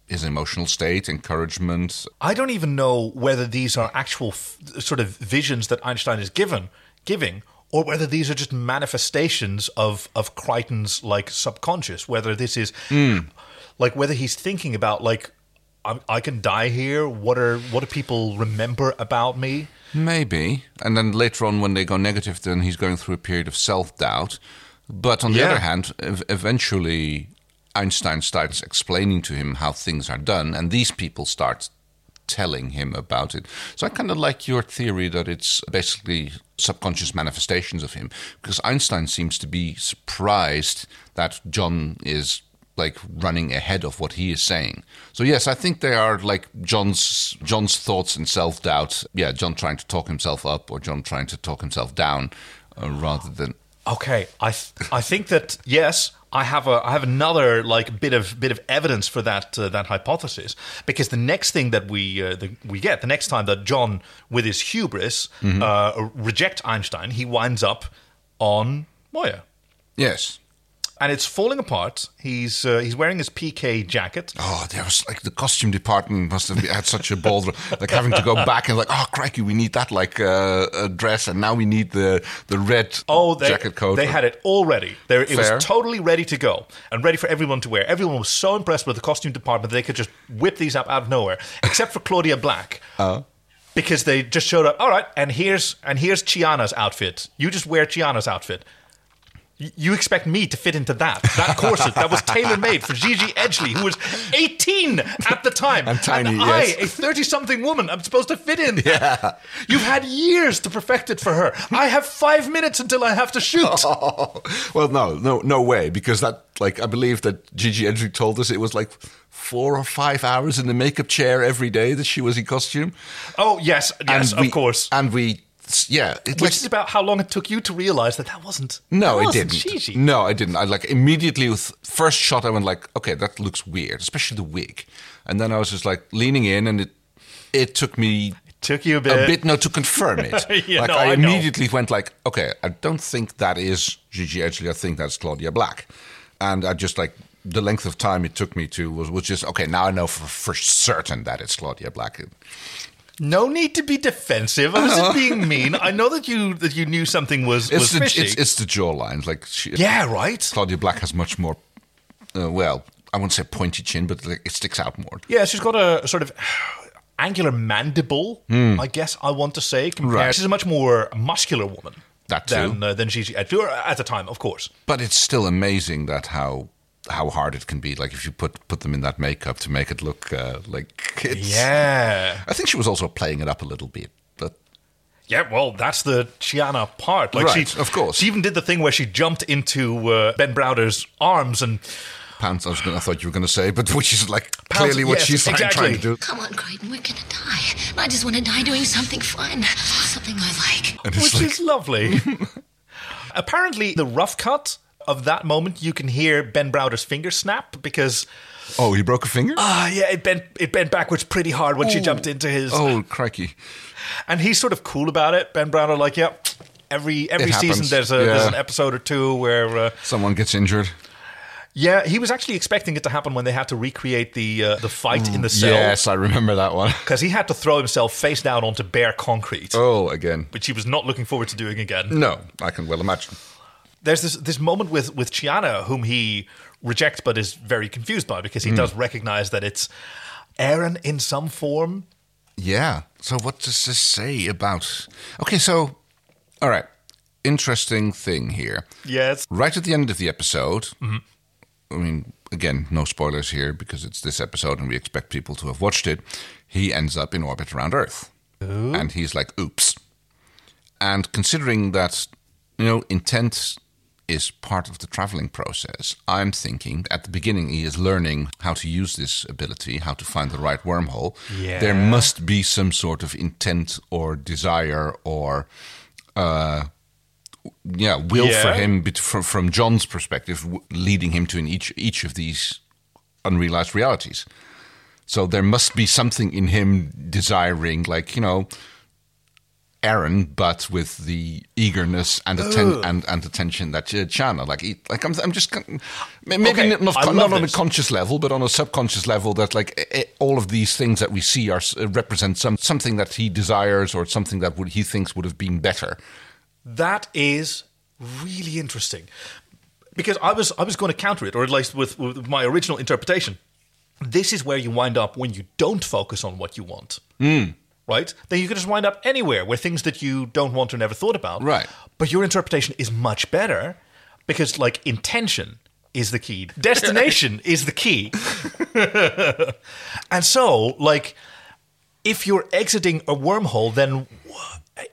his emotional state, encouragement,
I don't even know whether these are actual f- sort of visions that Einstein is given, giving, or whether these are just manifestations of of Crichton's like subconscious. Whether this is like whether he's thinking about like I, I can die here. What are what do people remember about me?
Maybe. And then later on, when they go negative, then he's going through a period of self doubt. But on the
Yeah.
other hand, ev- eventually Einstein starts explaining to him how things are done, and these people start telling him about it. So I kind of like your theory that it's basically subconscious manifestations of him, because Einstein seems to be surprised that John is like running ahead of what he is saying. So yes, I think they are like John's John's thoughts and self doubt. Yeah, John trying to talk himself up or John trying to talk himself down, uh, rather than
Okay, I th- I think that yes, I have a I have another like bit of bit of evidence for that uh, that hypothesis because the next thing that we uh, the, we get the next time that John with his hubris uh, reject Einstein, he winds up on Moya.
yes.
And it's falling apart. He's uh, he's wearing his PK jacket.
Oh, there was like the costume department must have had such a ball, like having to go back and like, oh crikey, we need that like uh, a dress, and now we need the the red
Oh, they,
jacket coat.
They had it all ready. There, it
Fair.
was totally ready to go and ready for everyone to wear. Everyone was so impressed with the costume department that they could just whip these up out of nowhere, except for Claudia Black.
Uh.
Because they just showed up. All right, and here's and here's Chiana's outfit. You just wear Chiana's outfit. Y- You expect me to fit into that that corset that was tailor made for Gigi Edgley, who was 18 at the time,
And tiny,
And
yes.
I, a 30-something woman, I'm supposed to fit in. Yeah, you've had years to perfect it for her. I have five minutes until I have to shoot.
Oh. well, no, no, no way, because that like I believe that Gigi Edry told us it was like four or five hours in the makeup chair every day that she was in costume.
Oh yes, yes,
we,
of course.
And we, yeah, it
Which
like-
is about how long it took you to realize that that wasn't.
No,
that
I
wasn't
didn't.
Gigi.
No, I didn't. I like immediately with first shot, I went like, okay, that looks weird, especially the wig. And then I was just like leaning in, and it it took me
took you a bit.
a bit no to confirm it.
Yeah,
like
no,
I
I know.
immediately went like, okay, I don't think that is Gigi Edgley. I think that's Claudia Black. And I just like the length of time it took me to was, was just okay. Now I know for, for certain that it's Claudia Black.
No need to be defensive. I wasn't being mean. I know that you that you knew something was
Uh-huh. It's
was
the
fishy.
it's, it's the jawline. Like she,
yeah, right.
Claudia Black has much more. Uh, well, I won't say pointy chin, but like, it sticks out more.
Yeah, she's got a sort of angular mandible. I guess I want to say. Compared,
Hmm. Right.
she's a much more muscular woman.
That too.
than uh, than Gigi at, at the time, of course.
But it's still amazing that how how hard it can be. Like if you put put them in that makeup to make it look uh, like it's,
Yeah.
I think she was also playing it up a little bit, but
Yeah, well, that's the Chiana part. Like
Right,
she,
of course.
She even did the thing where she jumped into uh, Ben Browder's arms and
pants. I was gonna, I thought you were going to say, but which is like clearly what
yes,
she's trying- trying to
exactly.
do.
Come on, Crichton, we're gonna die. And I just wanna die doing something fun. Something I like.
And
which
it's like,
is lovely. Apparently, the rough cut of that moment, you can hear Ben Browder's finger snap because
oh, he broke a finger.
uh, yeah, it bent it bent backwards pretty hard when she jumped into his,
oh, crikey!
and he's sort of cool about it. Ben Browder, like, yeah. Every every
It
season
happens.
there's a there's
Yeah.
an episode or two where uh,
Someone gets injured.
yeah he was actually expecting it to happen when they had to recreate the uh, the fight in the cell
Mm, Yes, I remember that one.
because he had to throw himself face down onto bare concrete,
Oh, again.
which he was not looking forward to doing again.
No, I can well imagine.
There's this this moment with with Chiana, whom he rejects but is very confused by because
Mm.
he does recognize that it's Aaron in some form.
Yeah. So what does this say about? Okay, so all right. Interesting thing here.
Yes,
Right at the end of the episode. I mean, again, no spoilers here because it's this episode and we expect people to have watched it. He ends up in orbit around Earth, and he's like, "Oops." And considering that, you know, intent is part of the traveling process, I'm thinking at the beginning he is learning how to use this ability, how to find the right wormhole. There must be some sort of intent or desire or, uh, yeah, will for
Yeah.
him bet- fr- from John's perspective, w- leading him to in each each of these unrealized realities. So there must be something in him desiring, like you know, Aaron, but with the eagerness and atten- and, and attention that uh, Chana like he, like I'm, I'm just con- ma- maybe
Okay,
not not,
I
con-
love
not on a
this.
conscious level, but on a subconscious level that like eh, eh, all of these things that we see are s- uh, represent some something that he desires or something that would, he thinks would have been better.
that is really interesting because I was I was going to counter it, or at least with, with my original interpretation. This is where you wind up when you don't focus on what you want. Right? Then you can just wind up anywhere where things that you don't want or never thought about.
Right.
But your interpretation is much better because, like, intention is the key, destination is the key. and so, like, if you're exiting a wormhole, then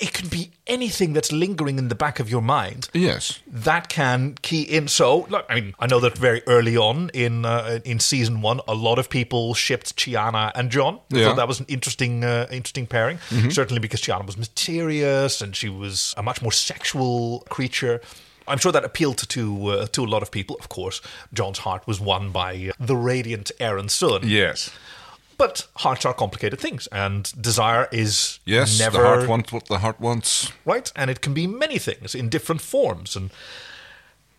it could be anything that's lingering in the back of your mind
Yes,
that can key in. So, look, I mean, I know that very early on in uh, in season one, a lot of people shipped Chiana and John. I
Yeah.
thought that was an interesting uh, interesting pairing. Certainly because Chiana was mysterious and she was a much more sexual creature. I'm sure that appealed to to, uh, to a lot of people. Of course, John's heart was won by uh, the radiant Aaron Sun.
yes,
But hearts are complicated things, and desire is
yes.
never
The heart wants what the heart wants.
right? And it can be many things in different forms. And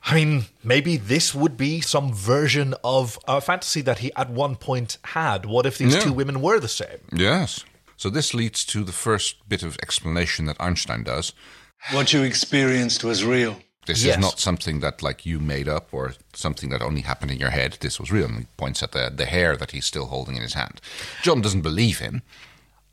I mean, maybe this would be some version of a fantasy that he at one point had. What if these
Yeah.
two women were the same?
Yes. So this leads to the first bit of explanation that Einstein does.
What you experienced was real.
This
Yes.
is not something that like you made up or something that only happened in your head. This was real. And he points at the the hair that he's still holding in his hand. John doesn't believe him.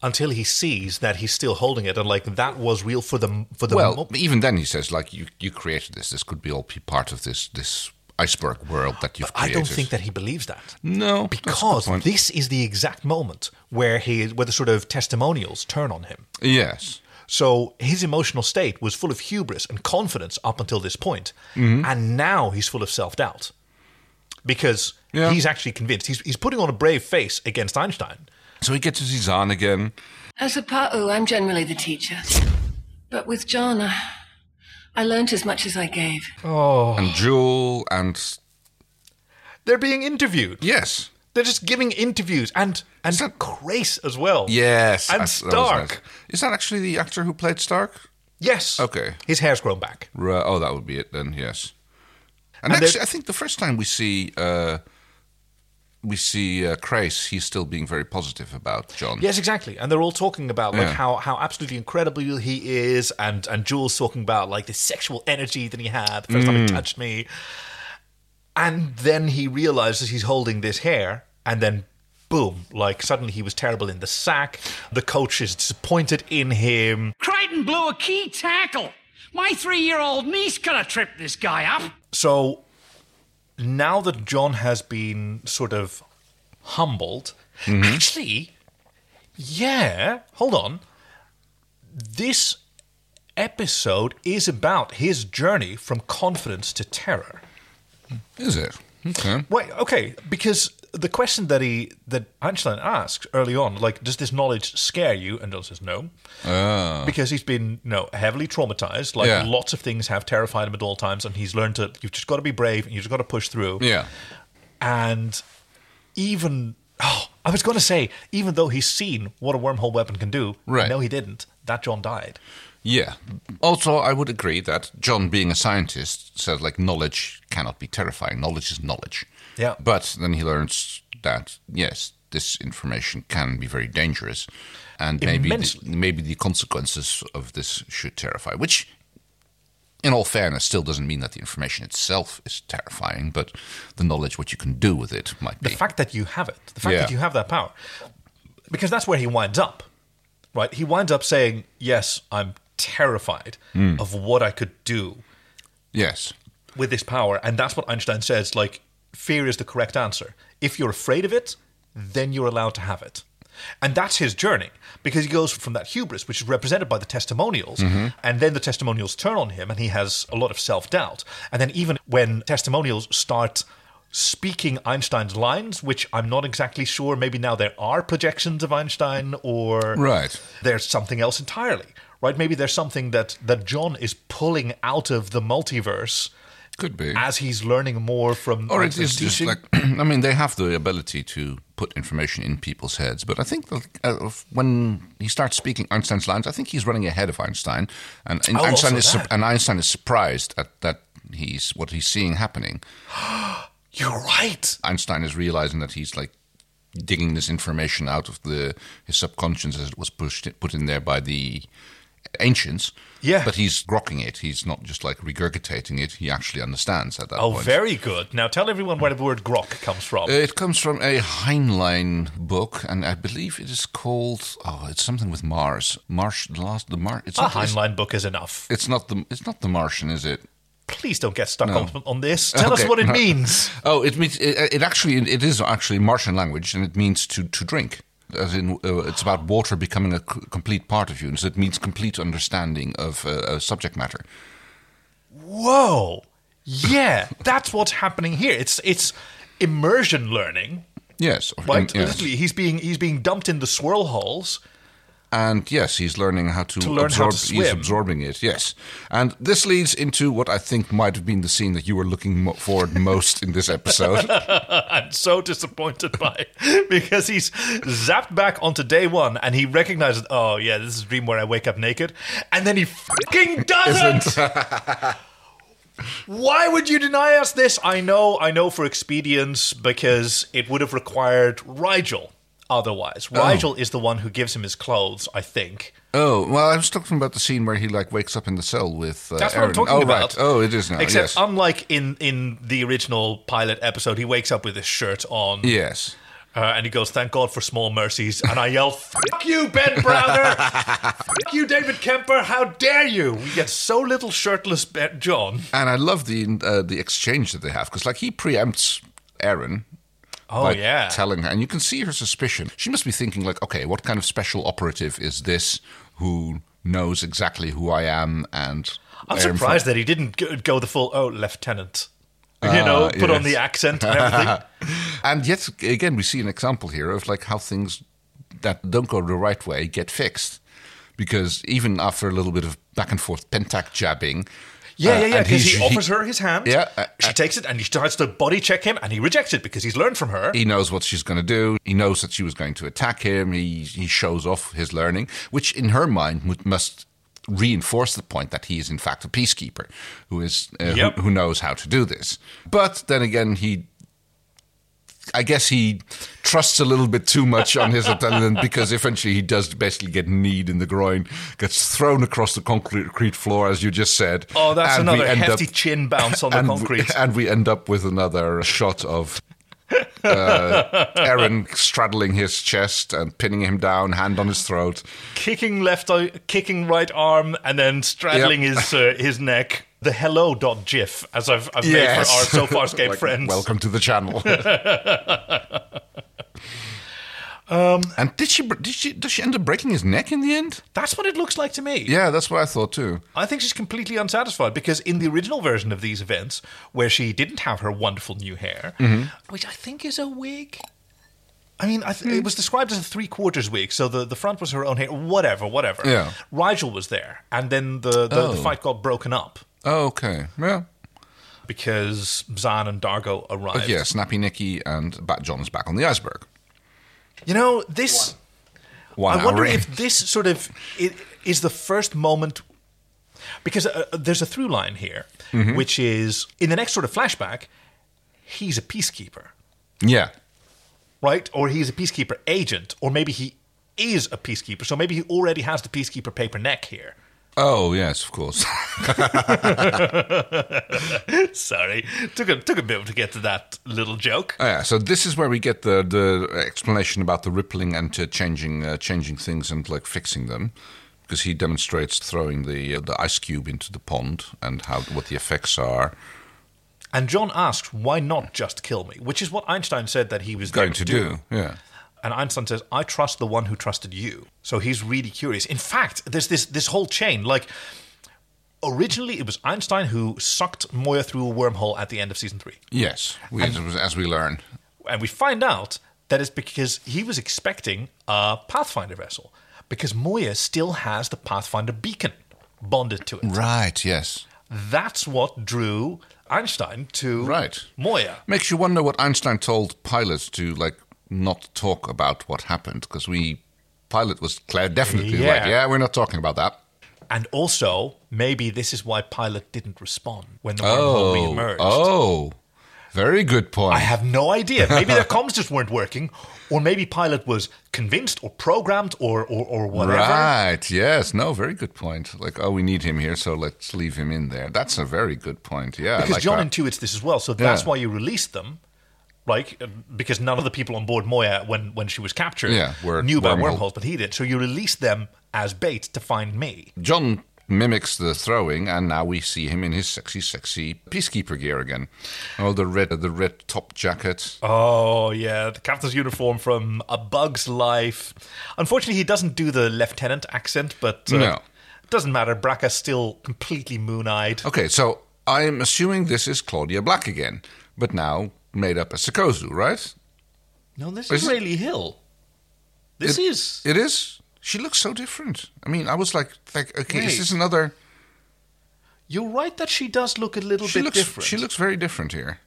Until he sees that he's still holding it, and like that was real for the for the
Well,
mo-
even then he says like you you created this. This could be all be part of this this iceberg world that you've
I
created.
don't think that he believes that.
no
Because
point.
this is the exact moment where he where the sort of testimonials turn on him.
yes.
So his emotional state was full of hubris and confidence up until this point.
Mm-hmm.
And now he's full of self doubt because
Yeah.
he's actually convinced. He's, he's putting on a brave face against Einstein.
So he gets to Zizan again.
As a Pa'u, I'm generally the teacher. But with John, I, I learnt as much as I gave.
Oh.
And Jewel and
They're being interviewed.
yes.
They're just giving interviews and and Grace as well.
Yes.
And
that's- that was
Stark.
nice. Is that actually the actor who played Stark?
Yes.
Okay.
His hair's grown back.
Right. Oh, that would be it then. Yes. And,
And
actually,
there-
I think the first time we see uh, we see uh, Crace, he's still being very positive about John.
Yes, exactly. And they're all talking about like
Yeah.
how, how absolutely incredible he is, and and Jules talking about like the sexual energy that he had the first time he touched me, and then he realizes he's holding this hair, and then boom, like suddenly he was terrible in the sack. The coach is disappointed in him.
Crichton blew a key tackle. My three year old niece could have tripped this guy up.
So now that John has been sort of humbled, actually, yeah, hold on. This episode is about his journey from confidence to terror.
Is it? Okay.
Wait, okay, because the question that he that Einstein asks early on, like, does this knowledge scare you? And Don says no, because he's been you know, heavily traumatized. Like
Yeah.
lots of things have terrified him at all times, and he's learned to you've just got to be brave and you've just got to push through.
Yeah.
and even oh, I was going to say, even though he's seen what a wormhole weapon can do,
Right.
No, he didn't. That John died.
Yeah. Also, I would agree that John, being a scientist, says like knowledge cannot be terrifying. Knowledge is knowledge.
Yeah.
But then he learns that yes, this information can be very dangerous, and maybe the,
Immensely.
maybe the consequences of this should terrify. Which, in all fairness, still doesn't mean that the information itself is terrifying, but the knowledge what you can do with it might
the
be.
fact that you have it, the fact
Yeah.
that you have that power, because that's where he winds up, right? He winds up saying, "Yes, I'm terrified
Hmm.
of what I could do
yes.
with this power," and that's what Einstein says: like, fear is the correct answer. If you're afraid of it, then you're allowed to have it. And that's his journey because he goes from that hubris, which is represented by the testimonials, and then the testimonials turn on him, and he has a lot of self doubt. And then, even when testimonials start speaking Einstein's lines, which I'm not exactly sure. Maybe now there are projections of Einstein, or
Right.
there's something else entirely, right? Maybe there's something that that John is pulling out of the multiverse
Could be.
as he's learning more from
Or it
Einstein's
is just
teaching.
like, I mean, they have the ability to put information in people's heads, but I think that, uh, when he starts speaking Einstein's lines, I think he's running ahead of Einstein, and, and
Oh,
Einstein
also
is sur-
that.
and Einstein is surprised at that he's what he's seeing happening.
You're right.
Einstein is realizing that he's like digging this information out of the his subconscious as it was pushed put in there by the ancients.
Yeah.
but he's grokking it. He's not just like regurgitating it. He actually understands at that
Oh,
point.
very good. Now tell everyone where the word grok comes from.
Uh, It comes from a Heinlein book, and I believe it is called. Oh, it's something with Mars. Mars, the last, the Mars. It's
a
not,
Ah, Heinlein book is enough.
It's, it's not the. It's not the Martian, is it?
Please don't get stuck on, on this. Tell us
Okay.
what it means.
Oh, it means it, it actually. It is actually Martian language, and it means to to drink. As in, uh, it's about water becoming a c- complete part of you, and so it means complete understanding of uh, uh, subject matter.
Whoa. Yeah, that's what's happening here. It's it's immersion learning,
Yes, or-
right?
and, Mm, yes.
Literally, he's being he's being dumped in the swirl holes.
And yes, he's learning how to,
To learn how
absorb.
to
He's
swim.
absorbing it. Yes, and this leads into what I think might have been the scene that you were looking mo- forward most in this episode.
I'm so disappointed by it because he's zapped back onto day one and he recognizes, oh yeah, this is a dream where I wake up naked, and then he fucking doesn't. Why would you deny us this? I know, I know for expedience because it would have required Rigel. Otherwise, Rigel is the one who gives him his clothes. I think.
oh well, I was talking about the scene where he like wakes up in the cell with. Uh,
That's what
Aaron.
I'm talking
oh,
about.
Right. Oh, it is now.
Except,
yes.
unlike in in the original pilot episode, he wakes up with his shirt on.
yes.
Uh, and he goes, "Thank God for small mercies." And I yell, "Fuck you, Ben Browner! Fuck you, David Kemper! How dare you? We get so little shirtless, Ben John."
And I love the uh, the exchange that they have because like he preempts Aaron.
Oh
by
yeah,
telling her, and you can see her suspicion. She must be thinking like, okay, what kind of special operative is this who knows exactly who I am and.
I'm
where from?
surprised that he didn't go, go the full "Oh, Lieutenant," you know, put on
Ah, yes.
the accent and everything.
And yet again, we see an example here of like how things that don't go the right way get fixed, because even after a little bit of back and forth pentac jabbing, uh,
Yeah, yeah, yeah.
and
Because
he's-
he offers her his hand.
Yeah, uh,
she takes it and he tries to body check him, and he rejects it because he's learned from her.
He knows what she's going to do. He knows that she was going to attack him. He he shows off his learning, which in her mind would, must reinforce the point that he is in fact a peacekeeper who is uh, who-
Yep.
who, knows how to do this. But then again, he. I guess he trusts a little bit too much on his attendant because eventually he does basically get kneed in the groin, gets thrown across the concrete floor, as you just said.
Oh, that's
and we
another
end up-
hefty chin bounce on the
and
concrete.
We, and we end up with another shot of uh, Aaron straddling his chest and pinning him down, hand on his throat.
kicking left, eye- kicking right arm, and then straddling
Yep.
his uh, his neck. The hello dot gif as I've, I've made for our so far escape
Like,
friends.
Welcome to the channel. Um, And did she? br- Did she? Does she end up breaking his neck in the end?
That's what it looks like to me.
Yeah, that's what I thought too.
I think she's completely unsatisfied because in the original version of these events, where she didn't have her wonderful new hair,
Mm-hmm.
which I think is a wig. I mean, I th- it was described as a three quarters wig, so the, the front was her own hair. Whatever, whatever.
Yeah.
Rigel was there, and then the, the, the fight got broken up
Oh, okay. Yeah.
because Zahn and Dargo arrived.
But yeah, Snappy Nicky and Bat John is back on the iceberg.
You know this.
One
I wonder
hour in.
if this sort of i- is the first moment because uh, uh, there's a through line here,
Mm-hmm.
which is in the next sort of flashback, he's a peacekeeper,
Yeah.
right? Or he's a peacekeeper agent, or maybe he is a peacekeeper. So maybe he already has the peacekeeper paper neck here.
Oh yes, of course.
Sorry, took a took a bit to get to that little joke.
Oh, yeah, so this is where we get the, the explanation about the rippling and uh, changing uh, changing things and like fixing them, because he demonstrates throwing the uh, the ice cube into the pond and how what the effects are.
And John asks, "Why not just kill me?" Which is what Einstein said that he was
Going
there
to do, yeah.
And Einstein says, "I trust the one who trusted you." So he's really curious. In fact, there's this this whole chain. Like originally, it was Einstein who sucked Moya through a wormhole at the end of season three,
Yes, we, as, as we learn.
and we find out that it's because he was expecting a Pathfinder vessel because Moya still has the Pathfinder beacon bonded to it.
Right. Yes.
That's what drew Einstein to
Right.
Moya.
Makes you wonder what Einstein told pilots to like not talk about what happened because we pilot was clear definitely
Yeah.
like yeah we're not talking about that.
And also, maybe this is why Pilot didn't respond when the wormhole
Oh.
reemerged.
Oh. Very good point.
I have no idea. Maybe their comms just weren't working, or maybe Pilot was convinced or programmed or, or, or whatever.
Right. Yes. No. Very good point. Like, oh, we need him here, so let's leave him in there. That's a very good point. Yeah. I
Because
like
John
that.
intuits this as well, so that's
Yeah.
why you released them, right? Because none of the people on board Moya when, when she was captured
Yeah, were
knew about
wormhole.
wormholes, but he did. So you released them as bait to find me.
uh, John mimics the throwing, and now we see him in his sexy, sexy peacekeeper gear again. Oh, the red, the red top jacket.
Oh yeah, the captain's uniform from A Bug's Life. Unfortunately, he doesn't do the lieutenant accent, but uh,
No.
doesn't matter. Bracca's still completely moon-eyed.
Okay, so I'm assuming this is Claudia Black again, but now made up as Sokozu, right?
No, this
Is
is
it-
Rayleigh Hill. This is
It is. She looks so different. I mean, I was like, like okay,
Wait.
is this another?
You're right that she does look a little
She
bit
looks,
different.
she looks very different here.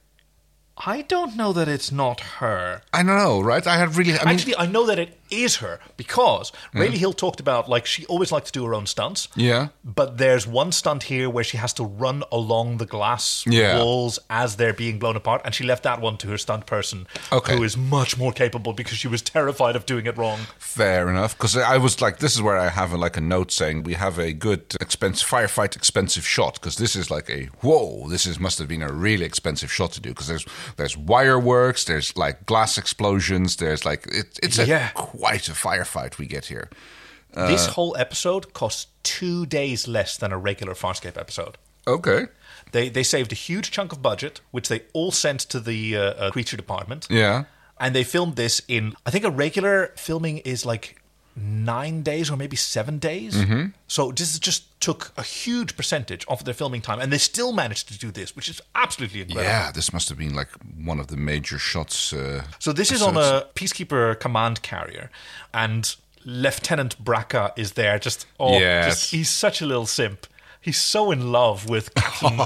I don't know that it's not her.
I don't know, right? I had really, I mean, Mm.
Actually, I know that it is her because Rayleigh Hill talked about like she always liked to do her own stunts.
Yeah.
But there's one stunt here where she has to run along the glass
Yeah.
walls as they're being blown apart, and she left that one to her stunt person,
Okay.
who is much more capable because she was terrified of doing it wrong.
Fair enough, because I was like, this is where I have a, like a note saying we have a good expense firefight expensive shot because this is like a whoa, this is must have been a really expensive shot to do because there's there's wire works, there's like glass explosions, there's like it, it's a,
Yeah.
quite a firefight we get here.
this
Uh.
whole episode costs two days less than a regular Farscape episode.
Okay,
They they saved a huge chunk of budget, which they all sent to the uh, uh, creature department.
yeah,
And they filmed this in, I think a regular filming is like nine days or maybe seven days.
Mm-hmm.
So this just took a huge percentage off their filming time. And they still managed to do this, which is absolutely incredible.
yeah, this must have been like one of the major shots. Uh,
So this is on a peacekeeper command carrier, and Lieutenant Bracca is there. Just oh,
Yes.
just, he's such a little simp. He's so in love with Captain,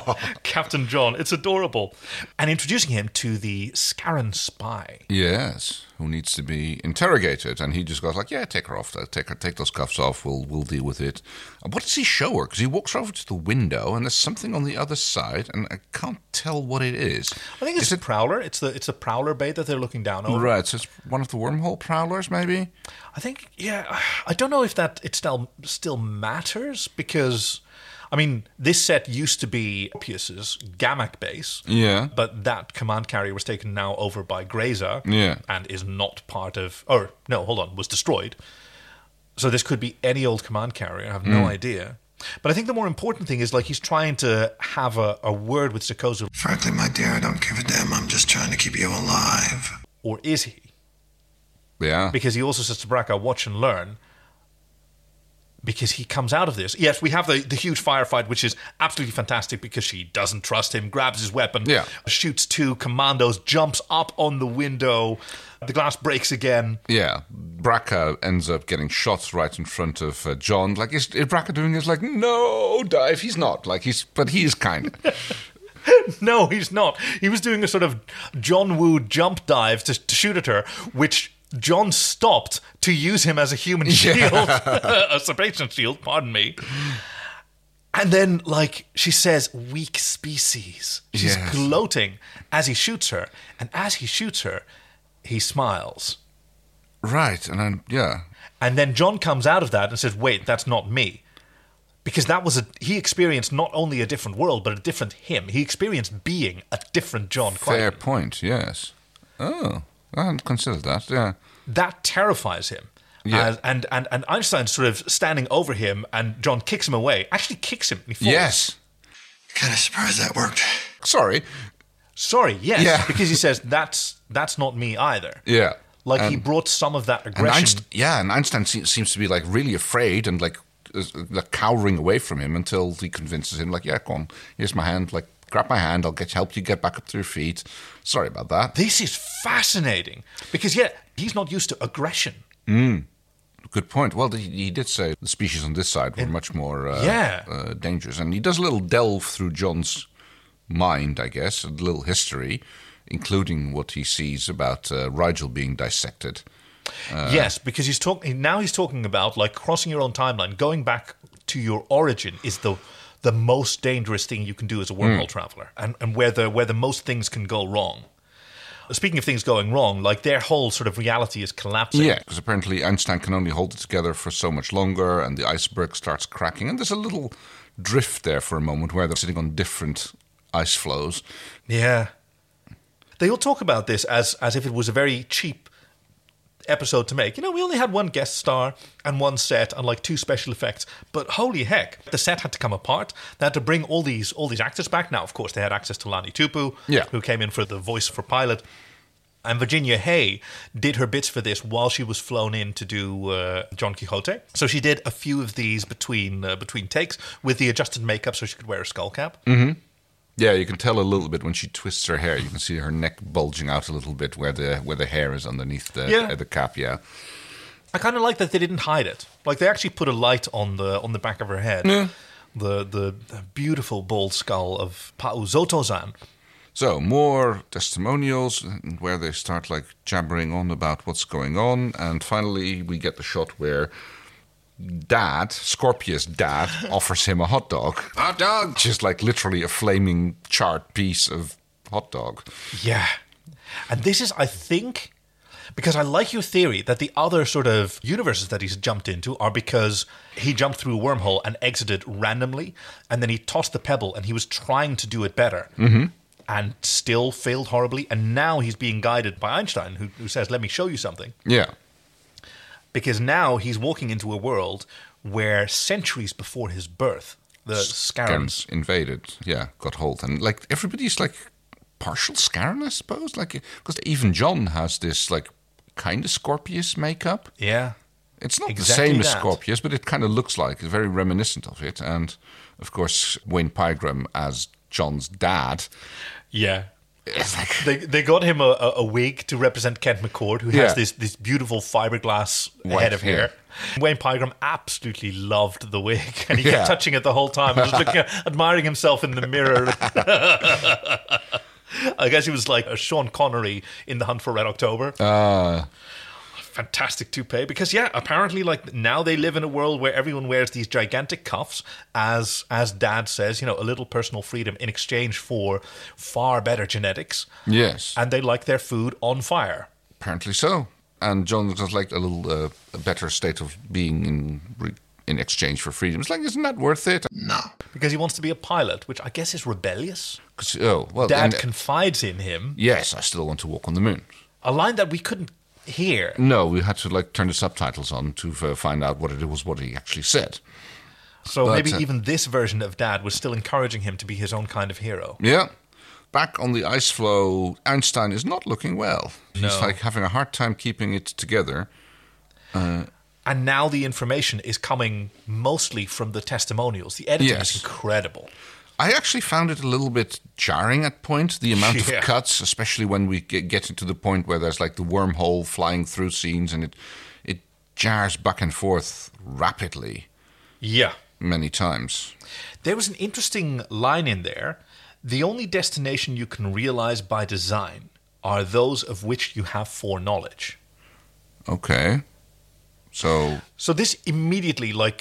Captain John. It's adorable. And introducing him to the Scaran spy.
yes, who needs to be interrogated, and he just goes like, yeah, take her off, uh, take her, take those cuffs off. We'll we'll deal with it. And What does he show her? Because he walks over to the window, and there's something on the other side, and I can't tell what it is.
I think it's a prowler. It's the it's the prowler bay that they're looking down on.
Right, so it's one of the wormhole prowlers, maybe.
I think yeah. I don't know if that it still still matters because. I mean, this set used to be Opus's Gamak base.
Yeah.
But that command carrier was taken now over by Grazer.
Yeah.
And is not part of. Or, no, hold on, was destroyed. So this could be any old command carrier. I have no idea. But I think the more important thing is like he's trying to have a, a word with Sokozo,
Frankly, my dear, I don't give a damn. I'm just trying to keep you alive.
or is he?
Yeah.
Because he also says to Braca, watch and learn. Because he comes out of this. Yes, we have the, the huge firefight, which is absolutely fantastic because she doesn't trust him, grabs his weapon,
Yeah.
shoots two commandos, jumps up on the window. The glass breaks again.
Yeah, Braca ends up getting shot right in front of uh, John. Like, is, is Braca doing this? Like, no, dive. He's not. Like, he's, but he is kind of.
No, he's not. He was doing a sort of John Woo jump dive to, to shoot at her, which John stopped to use him as a human shield, a separation shield, pardon me. And then, like, she says, weak species. She's
Yes.
gloating as he shoots her. And as he shoots her, he smiles.
right, and I'm, yeah.
And then John comes out of that and says, "Wait, that's not me." Because that was a he experienced not only a different world but a different him. He experienced being a different John
Fair
Crichton.
point, yes. Oh, I hadn't considered that, yeah.
That terrifies him.
Yeah.
As- and, and and Einstein's sort of standing over him and John kicks him away. Actually kicks him and he falls.
Yes.
Kind of surprised that worked.
Sorry.
Sorry, yes.
Yeah.
Because he says that's that's not me either.
Yeah.
Like he
And-
brought some of that
And
aggression.
Einstein, yeah, and Einstein se- seems to be like really afraid and like, is, uh, like cowering away from him until he convinces him, like, yeah, come on, here's my hand, like, grab my hand, I'll get help you get back up to your feet. Sorry about that.
this is fascinating. Because yeah, he's not used to aggression.
Good point. Well, he, he did say the species on this side were much more uh,
Yeah.
uh, dangerous, and he does a little delve through John's mind, I guess, a little history, including what he sees about uh, Rigel being dissected.
yes, because he's talking now. He's talking about like crossing your own timeline, going back to your origin is the the most dangerous thing you can do as a wormhole traveler, and and where the where the most things can go wrong. Speaking of things going wrong, like their whole sort of reality is collapsing.
Yeah, because apparently Einstein can only hold it together for so much longer, and the iceberg starts cracking, and there's a little drift there for a moment where they're sitting on different ice flows.
Yeah. They all talk about this as as if it was a very cheap episode to make. You know, we only had one guest star and one set and like two special effects. But holy heck, the set had to come apart. They had to bring all these all these actors back. Now, of course, they had access to Lani Tupu,
Yeah.
who came in for the voice for pilot. And Virginia Hay did her bits for this while she was flown in to do uh, Don Quixote. So she did a few of these between uh, between takes with the adjusted makeup, so she could wear a skull cap.
Yeah, you can tell a little bit when she twists her hair. You can see her neck bulging out a little bit where the where the hair is underneath the
Yeah.
uh, the cap. Yeah.
I kind of like that they didn't hide it. Like they actually put a light on the on the back of her head. The, the beautiful bald skull of Pau Zotozan.
So more testimonials and where they start like jabbering on about what's going on, and finally we get the shot where Dad, Scorpius' dad, offers him a hot dog. Hot dog, just like literally a flaming charred piece of hot dog.
Yeah. And this is, I think, because I like your theory that the other sort of universes that he's jumped into are because he jumped through a wormhole and exited randomly, and then he tossed the pebble and he was trying to do it better. And still failed horribly, and now he's being guided by Einstein, who, who says, "Let me show you something."
Yeah,
because now he's walking into a world where centuries before his birth, the Scarabs.
Scarabs invaded. Yeah, got hold, and like everybody's like partial Scaran, I suppose. Like because even John has this like kind of Scorpius makeup.
Yeah.
It's not
Exactly
the same as
that.
Scorpius, but it kind of looks like it's very reminiscent of it. And of course, Wayne Pygram as John's dad.
Yeah.
It's like
They, they got him a, a, a wig to represent Kent McCord, who
Yeah.
has this, this beautiful fiberglass
White
head of hair.
hair.
Wayne Pygram absolutely loved the wig, and he
Yeah.
kept touching it the whole time, just looking at, admiring himself in the mirror. I guess he was like a Sean Connery in The Hunt for Red October. fantastic toupee because yeah apparently like now they live in a world where everyone wears these gigantic cuffs as as dad says you know a little personal freedom in exchange for far better genetics
yes,
and they like their food on fire
apparently so. And John's got like a little uh, a better state of being in re- in exchange for freedom. It's like isn't that worth it?
No.
because he wants to be a pilot which i guess is rebellious
'Cause- oh well,
dad
and-
confides in him
yes, I still want to walk on the moon.
a line that we couldn't hear
No, we had to like turn the subtitles on to uh, find out what it was what he actually said.
so
But,
maybe
uh,
even this version of dad was still encouraging him to be his own kind of hero
Yeah. back on the ice floe, Einstein is not looking well.
No.
He's like having a hard time keeping it together.
And now the information is coming mostly from the testimonials. The editing
Yes.
is incredible.
I actually found it a little bit jarring at point the amount
Yeah.
of cuts, especially when we get, get into the point where there's like the wormhole flying through scenes, and it it jars back and forth rapidly
Yeah.
many times.
There was an interesting line in there. The only destination you can realize by design are those of which you have foreknowledge.
Okay, so
So this immediately, like,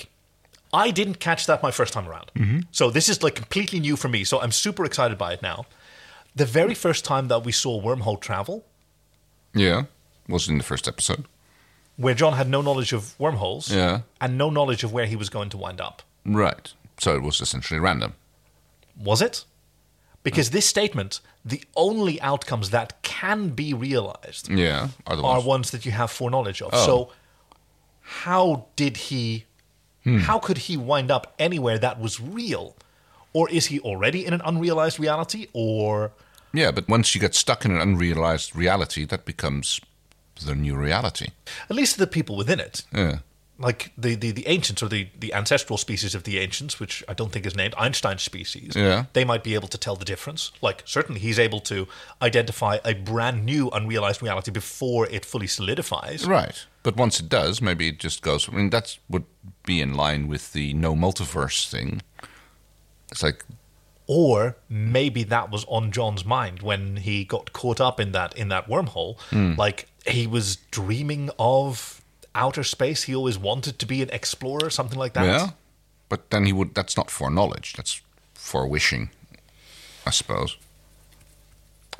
I didn't catch that my first time around. So this is like completely new for me. So I'm super excited by it now. The very first time that we saw wormhole travel,
yeah, was in the first episode.
where John had no knowledge of wormholes
Yeah.
and no knowledge of where he was going to wind up,
Right. So it was essentially random.
was it? Because this statement, the only outcomes that can be realized
Yeah. Are the
are
ones-
ones that you have foreknowledge of. So how did he how could he wind up anywhere that was real? Or is he already in an unrealized reality or
yeah, but once you get stuck in an unrealized reality, that becomes the new reality.
at least the people within it?
Yeah.
Like the, the, the ancients or the, the ancestral species of the ancients, which I don't think is named, Einstein's species,
Yeah.
they might be able to tell the difference. Like, certainly he's able to identify a brand new unrealized reality before it fully solidifies.
Right. But once it does, maybe it just goes. I mean, that would be in line with the no multiverse thing. It's like,
or maybe that was on John's mind when he got caught up in that in that wormhole. Like he was dreaming of outer space. He always wanted to be an explorer, something like that.
yeah. But then he would. That's not for knowledge. That's for wishing, I suppose.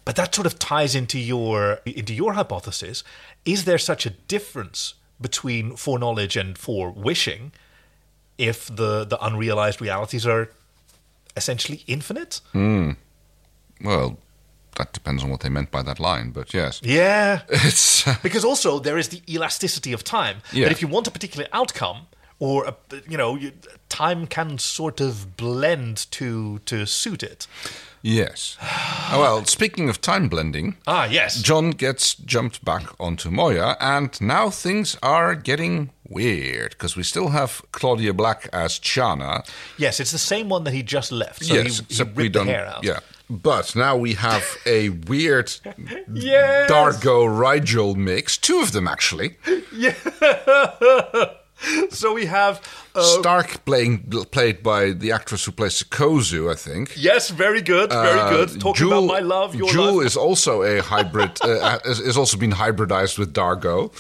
But that sort of ties into your into your hypothesis. Is there such a difference between foreknowledge and forewishing if the the unrealized realities are essentially infinite?
Well, that depends on what they meant by that line. But yes,
Yeah.
it's uh,
because also there is the elasticity of time
Yeah.
that if you want a particular outcome or a, you know you, time can sort of blend to to suit it
yes. Oh, well, speaking of time blending,
ah yes
John gets jumped back onto Moya, and now things are getting weird because we still have Claudia Black as Chana.
yes it's the same one that he just left so he, he
except
ripped
we
the
don't-
hair out
Yeah, but now we have a weird
Yes!
Dargo Rigel mix. Two of them actually.
so we have uh,
Stark playing played by the actress who plays Kozu, I think. Uh,
yes very good very good talking
Jewel-
about my love your
Jewel
love
is also a hybrid. uh, has, has also been hybridized with Dargo.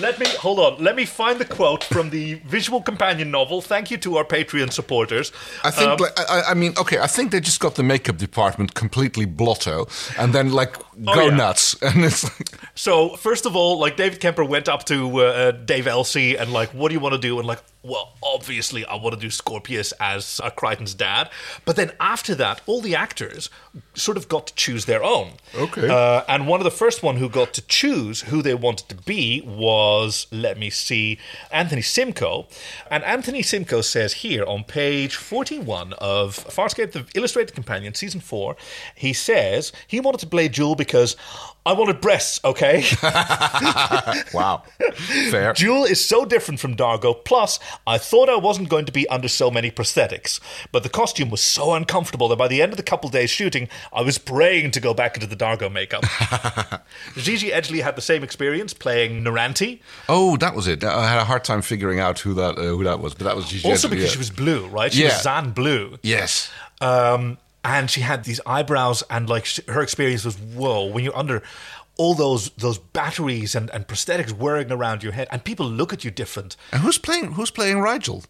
let me hold on let me find the quote from the visual companion novel thank you to our patreon supporters
I
Um,
think, like, I, I- I mean, okay, I think they just got the makeup department completely blotto and then, like, go
Oh, yeah.
nuts. And it's like,
So first of all, like David Kemper went up to uh, uh, Dave Elsey and like, what do you want to do? And like, well, obviously I want to do Scorpius as uh, Crichton's dad. But then after that, all the actors sort of got to choose their own.
Okay.
Uh, and one of the first one who got to choose who they wanted to be was, let me see, Anthony Simcoe. And Anthony Simcoe says here on page 41 of Farscape, the Illustrated Companion, season four, he says he wanted to play Jewel because I wanted breasts, okay?
wow. Fair.
Jewel is so different from Dargo. Plus, I thought I wasn't going to be under so many prosthetics, but the costume was so uncomfortable that by the end of the couple days shooting, I was praying to go back into the Dargo makeup. Gigi Edgley had the same experience playing Naranti,
Oh, that was it. I had a hard time figuring out who that uh, who that was, but that was Gigi
also
Hadid,
because
yeah.
she was blue, right? She
Yeah.
was Zan blue.
Yes.
Um, and she had these eyebrows, and like sh- her experience was whoa. When you're under all those those batteries and, and prosthetics whirring around your head, and people look at you different.
And who's playing who's playing Rigel?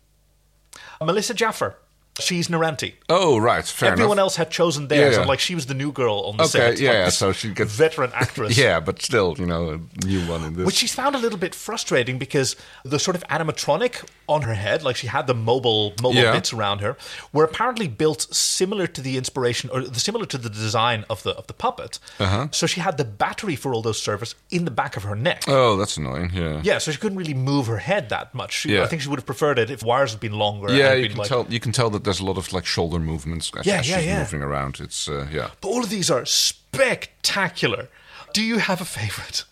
Melissa Jaffer, she's Naranti.
Oh, right. Fair
Everyone
enough.
else had chosen theirs,
Yeah.
and like she was the new girl on the
Okay,
set.
yeah,
like, this
so she gets-
veteran actress.
Yeah, but still, you know, a new one in this.
Which she's found a little bit frustrating because the sort of animatronic on her head, like she had the mobile mobile
Yeah.
bits around her, were apparently built similar to the inspiration or the, similar to the design of the of the puppet.
Uh-huh.
So she had the battery for all those servers in the back of her neck.
oh, that's annoying. Yeah.
yeah, so she couldn't really move her head that much. She,
Yeah.
I think she would have preferred it if wires had been longer.
Yeah,
and
you
been
can
like,
tell. You can tell that there's a lot of like shoulder movements as,
Yeah,
as
yeah,
she's
yeah.
moving around. It's uh, yeah.
But all of these are spectacular. Do you have a favorite?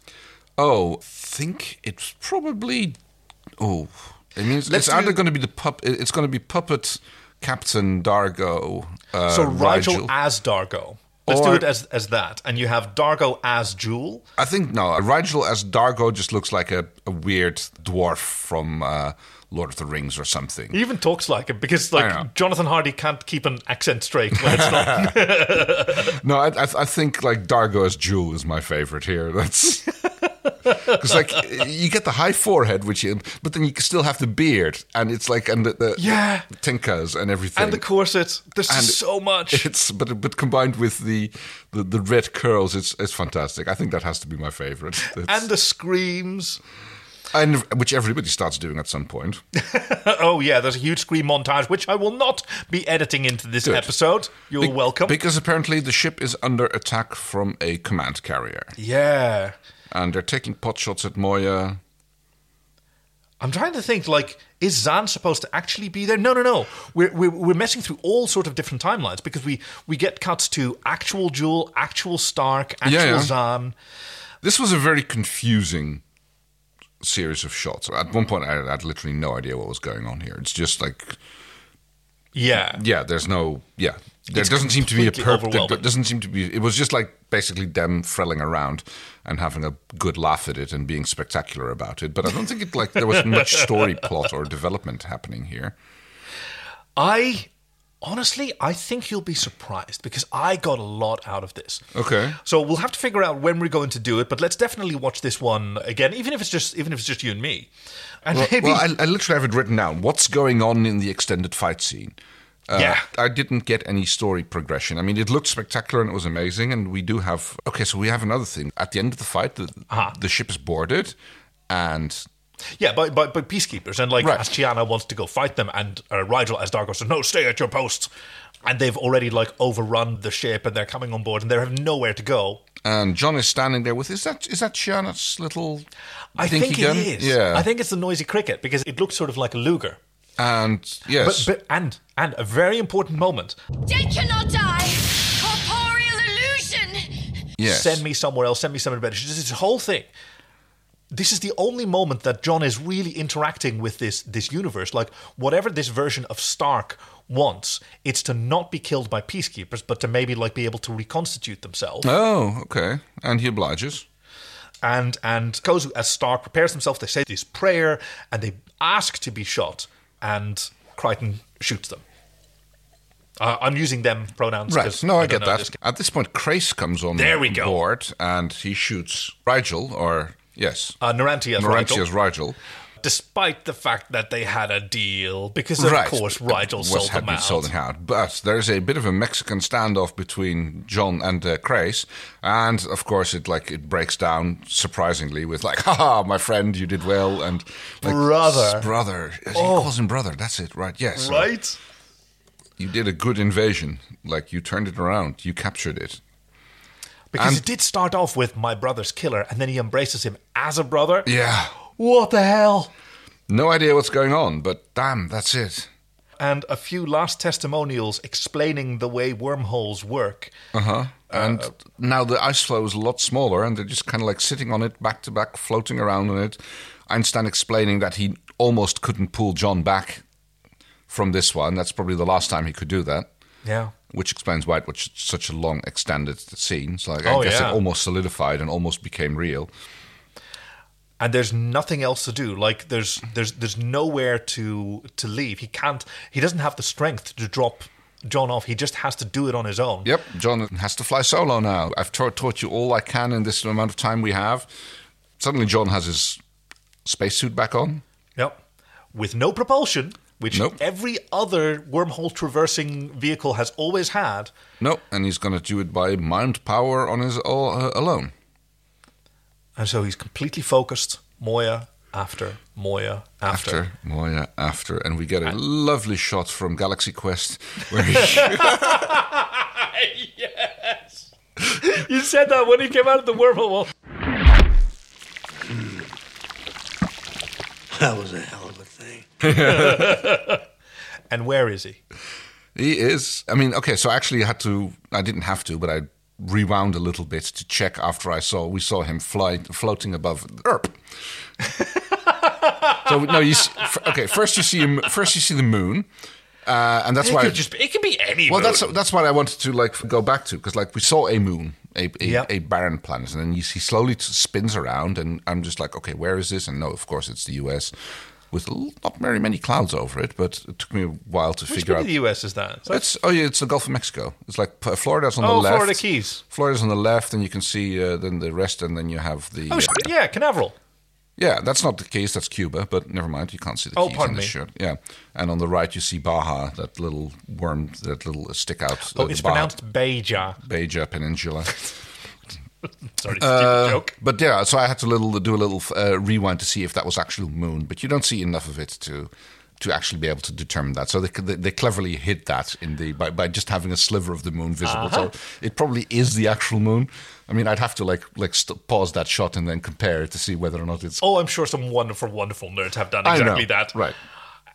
Oh, think it's probably. Oh, I mean, it's,
Let's
it's either
do-
going to be the pup. it- It's going to be puppet Captain Dargo. Uh,
So Rigel, as Dargo. Let's do
Or-
it as as that, and you have Dargo as Jewel.
I think no. Rigel as Dargo just looks like a, a weird dwarf from uh, Lord of the Rings or something.
He even talks like him because
I know.
like Jonathan Hardy can't keep an accent straight when it's not.
No, I, I, I think like Dargo's jewel is my favorite here. That's because like you get the high forehead, which you, but then you still have the beard, and it's like and the, the
Yeah.
tinkas and everything,
and the corset. There's
And
so much.
It's but but combined with the the, the red curls, it's it's fantastic. I think that has to be my favorite. It's-
And the screams.
and which everybody starts doing at some point.
Oh yeah, there's a huge scream montage, which I will not be editing into this
Good.
episode. You're
Be-
welcome.
Because apparently the ship is under attack from a command carrier,
yeah.
and they're taking pot shots at Moya.
I'm trying to think. Like, is Zan supposed to actually be there? No, no, no. We're we're, we're messing through all sort of different timelines because we we get cuts to actual Jewel, actual Stark, actual
Yeah, yeah.
Zan.
This was a very confusing series of shots. At one point, I had literally no idea what was going on here. It's just like,
Yeah.
yeah, there's no, yeah, there doesn't seem to be a
completely
perp. There,
overwhelming.
doesn't seem to be. It was just like basically them frelling around and having a good laugh at it and being spectacular about it. But I don't think it like there was much story plot or development happening here.
I honestly, I think you'll be surprised because I got a lot out of this.
Okay.
So we'll have to figure out when we're going to do it, but let's definitely watch this one again, even if it's just even if it's just you and me. And maybe
Well, I, I literally have it written down. What's going on in the extended fight scene? Uh,
Yeah.
I didn't get any story progression. I mean, it looked spectacular and it was amazing. And we do have okay, so we have another thing at the end of the fight. The,
Uh-huh.
the ship is boarded, and
yeah, by, by, by peacekeepers and like
Right.
Astiana wants to go fight them, and uh, Rigel as Dargo says, "No, stay at your posts." And they've already like overrun the ship, and they're coming on board, and they have nowhere to go.
and John is standing there with is that is that Shiana's little?
I
dinky
think
gun?
it is.
Yeah,
I think it's the noisy cricket because it looks sort of like a Luger.
And yes,
But, but and and a very important moment.
They cannot die. Corporeal illusion.
yes.
send me somewhere else, send me somewhere better. She does this whole thing. This is the only moment that John is really interacting with this this universe. Like whatever this version of Stark wants, it's to not be killed by peacekeepers, but to maybe like be able to reconstitute themselves.
Oh, okay, and he obliges.
And and Kozu as Stark prepares himself, they say this prayer and they ask to be shot, and Crichton shoots them. Uh, I'm using them pronouns.
Right.
'cause
No, I,
don't
get
know
that.
this
At this point, Crace comes on
There we go.
board and he shoots Rigel, or yes,
Uh, Narantia as Rigel.
Marantia's Rigel.
despite the fact that they had a deal, because of course Rigel
was-
sold
had
them
been
out.
sold them out. But there's a bit of a Mexican standoff between John and uh, Crace, and of course it like it breaks down surprisingly with like, haha, my friend, you did well, and like,
Brother. Oh.
"S- brother, he calls him brother. That's it, right? Yes,
Right?
You did a good invasion. Like you turned it around. You captured it.
Because
And-
it did start off with my brother's killer, and then he embraces him as a brother.
Yeah.
What the hell?
No idea what's going on, but damn, that's it.
And a few last testimonials explaining the way wormholes work.
And now the ice floe is a lot smaller, and they're just kind of like sitting on it, back to back, floating around on it. Einstein explaining that he almost couldn't pull John back from this one. That's probably the last time he could do that,
Yeah.
which explains why it was such a long, extended scene. It's like, I
Oh,
guess
yeah.
it almost solidified and almost became real.
and there's nothing else to do like there's there's there's nowhere to to leave he can't he doesn't have the strength to drop john off he just has to do it on his own
Yep, John has to fly solo now. I've ta- taught you all I can in this amount of time we have. Suddenly, John has his spacesuit back on.
Yep. With no propulsion, which
Nope.
every other wormhole traversing vehicle has always had.
No, and he's going to do it by mind power on his all, uh, alone.
And so he's completely focused, Moya after Moya after.
After Moya, after, and we get a lovely shot from Galaxy Quest where he,
yes! you said that when he came out of the wormhole.
That was a hell of a thing.
And where is he?
He is. I mean, okay. So actually, I had to. I didn't have to, but I rewound a little bit to check after I saw we saw him fly floating above Erp. so no, you s- f- okay? First you see him. First you see the moon, uh, and that's
It
why.
could just it could be any.
well,
moon.
that's that's what I wanted to like go back to because like we saw a moon, a a,
Yep.
a barren planet, and then you see slowly t- spins around, and I'm just like, okay, where is this? And no, of course it's the U.S. with l- not very many clouds over it, but it took me a while to
which
figure
part
out.
of the U.S. is that? It's like-
It's oh yeah, it's the Gulf of Mexico. It's like P- Florida's on the
Oh,
left.
Florida Keys.
Florida's on the left, and you can see uh, then the rest, and then you have the.
oh,
uh,
sh- yeah, Canaveral.
yeah, that's not the keys. That's Cuba, but never mind. You can't see the
Oh,
keys
pardon
in this
me.
shirt. Yeah, and on the right you see Baja, that little worm, that little stick out.
Oh,
uh, the
it's
Baja-
pronounced Beja.
Beja Peninsula.
Sorry,
Uh,
stupid joke.
But yeah, so I had to little do a little uh, rewind to see if that was actual moon, but you don't see enough of it to to actually be able to determine that. So they c- they, they cleverly hid that in the by, by just having a sliver of the moon visible. So
Uh-huh.
it probably is the actual moon. I mean, I'd have to like like st- pause that shot and then compare it to see whether or not it's.
Oh, I'm sure some wonderful, wonderful nerds have done
I know,
exactly that.
right.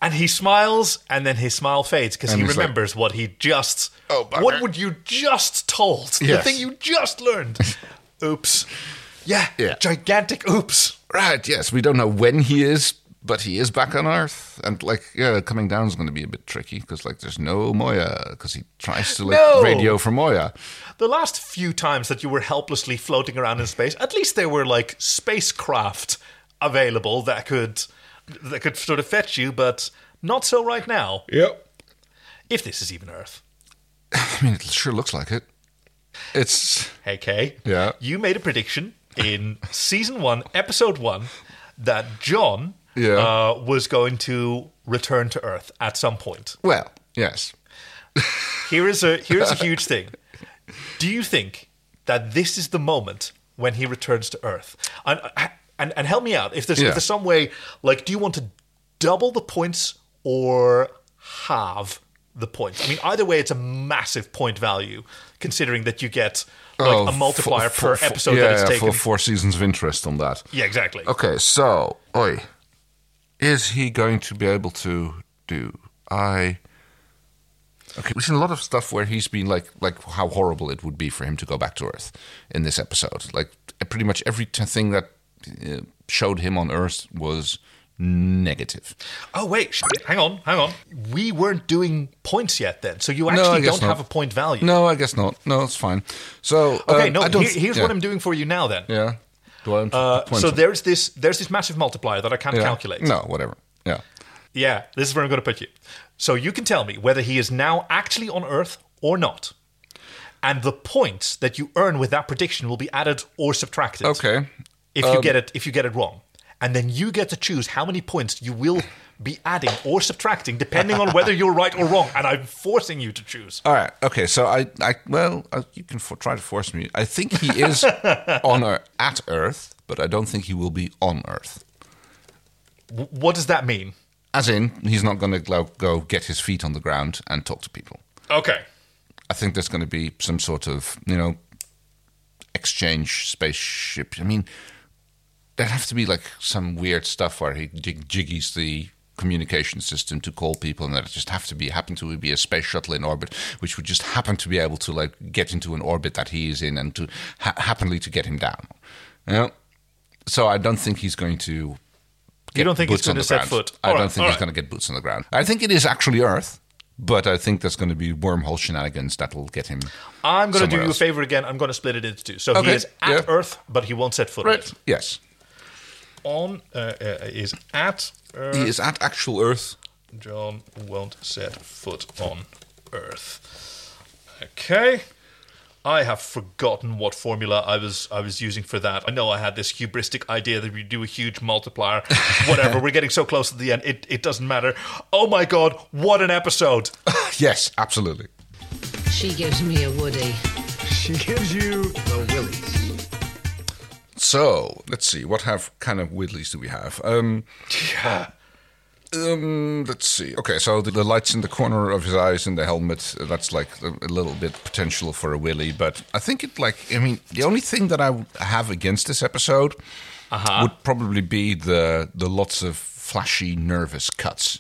And he smiles, and then his smile fades because
And
he
he's like-
remembers what he just.
Oh, bugger.
what would you just told?
Yes.
The thing you just learned. oops. Yeah,
Yeah.
Gigantic oops.
Right. Yes, we don't know when he is, but he is back on Earth, and like yeah, coming down is going to be a bit tricky because like there's no Moya because he tries to like
No!
radio for Moya.
The last few times that you were helplessly floating around in space, at least there were like spacecraft available that could that could sort of fetch you, but not so right now.
Yep.
If this is even Earth.
I mean, it sure looks like it. It's
Hey Kay.
Yeah.
You made a prediction in season one, episode one, that John
Yeah.
uh, was going to return to Earth at some point.
well, yes.
Here is a here is a huge thing. Do you think that this is the moment when he returns to Earth? And and, and help me out if there's
Yeah.
if there's some way like do you want to double the points or halve the points? I mean, either way, it's a massive point value considering that you get like
Oh,
a multiplier
for- for-
per episode
yeah,
that it's taken.
for four seasons of interest on that.
Yeah, exactly.
Okay, so oi, is he going to be able to do? I okay. We've seen a lot of stuff where he's been like, like how horrible it would be for him to go back to Earth in this episode. Like pretty much every t- thing that uh, showed him on Earth was negative.
Oh wait, sh- hang on, hang on. We weren't doing points yet then, so you
No, I
actually
guess
don't
not.
have a point value.
No, I guess not. No, it's fine. So
Okay,
um,
no.
I don't
here- here's
yeah.
what I'm doing for you now then.
Yeah. Do I
Uh,
point
so
to-
there's this there's this massive multiplier that I can't
yeah.
calculate.
No, whatever. Yeah.
Yeah, this is where I'm going to put you. So you can tell me whether he is now actually on Earth or not. And the points that you earn with that prediction will be added or subtracted.
Okay. Um,
If you get it if you get it wrong. And then you get to choose how many points you will be adding or subtracting depending on whether you're right or wrong and I'm forcing you to choose.
All right. Okay. So I, I well, I, you can for, try to force me. I think he is on Ear- at Earth, but I don't think he will be on Earth.
W- what does that mean?
As in, he's not going to go, go get his feet on the ground and talk to people.
Okay.
I think there's going to be some sort of, you know, exchange spaceship. I mean, there'd have to be like some weird stuff where he jig- jiggies the communication system to call people, and that just have to be happen to be a space shuttle in orbit, which would just happen to be able to like get into an orbit that he is in and to ha- happenly to get him down. You know, so I don't think he's going to. Get
don't think he's
boots on
gonna
the
set
ground.
foot?
I
All
don't
right,
think
all
he's
right.
going to get boots on the ground. I think it is actually Earth, but I think there's going to be wormhole shenanigans that'll get him.
I'm going to do
somewhere
you a
else.
favor again. I'm going to split it into two. So
Okay,
he is at
yeah.
Earth, but he won't set foot on it.
Yes.
On uh, uh, is at Earth.
He is at actual Earth.
John won't set foot on Earth. Okay. I have forgotten what formula I was I was using for that. I know I had this hubristic idea that we do a huge multiplier. Whatever, we're getting so close to the end, it, it doesn't matter. Oh my god, what an episode!
Yes, absolutely.
She gives me a Woody.
So let's see. What have kind of Widleys do we have? Um, um, let's see. Okay, so the, the lights in the corner of his eyes and the helmet—that's like a, a little bit potential for a Willy. But I think it like I mean, the only thing that I would have against this episode would probably be the the lots of flashy, nervous cuts.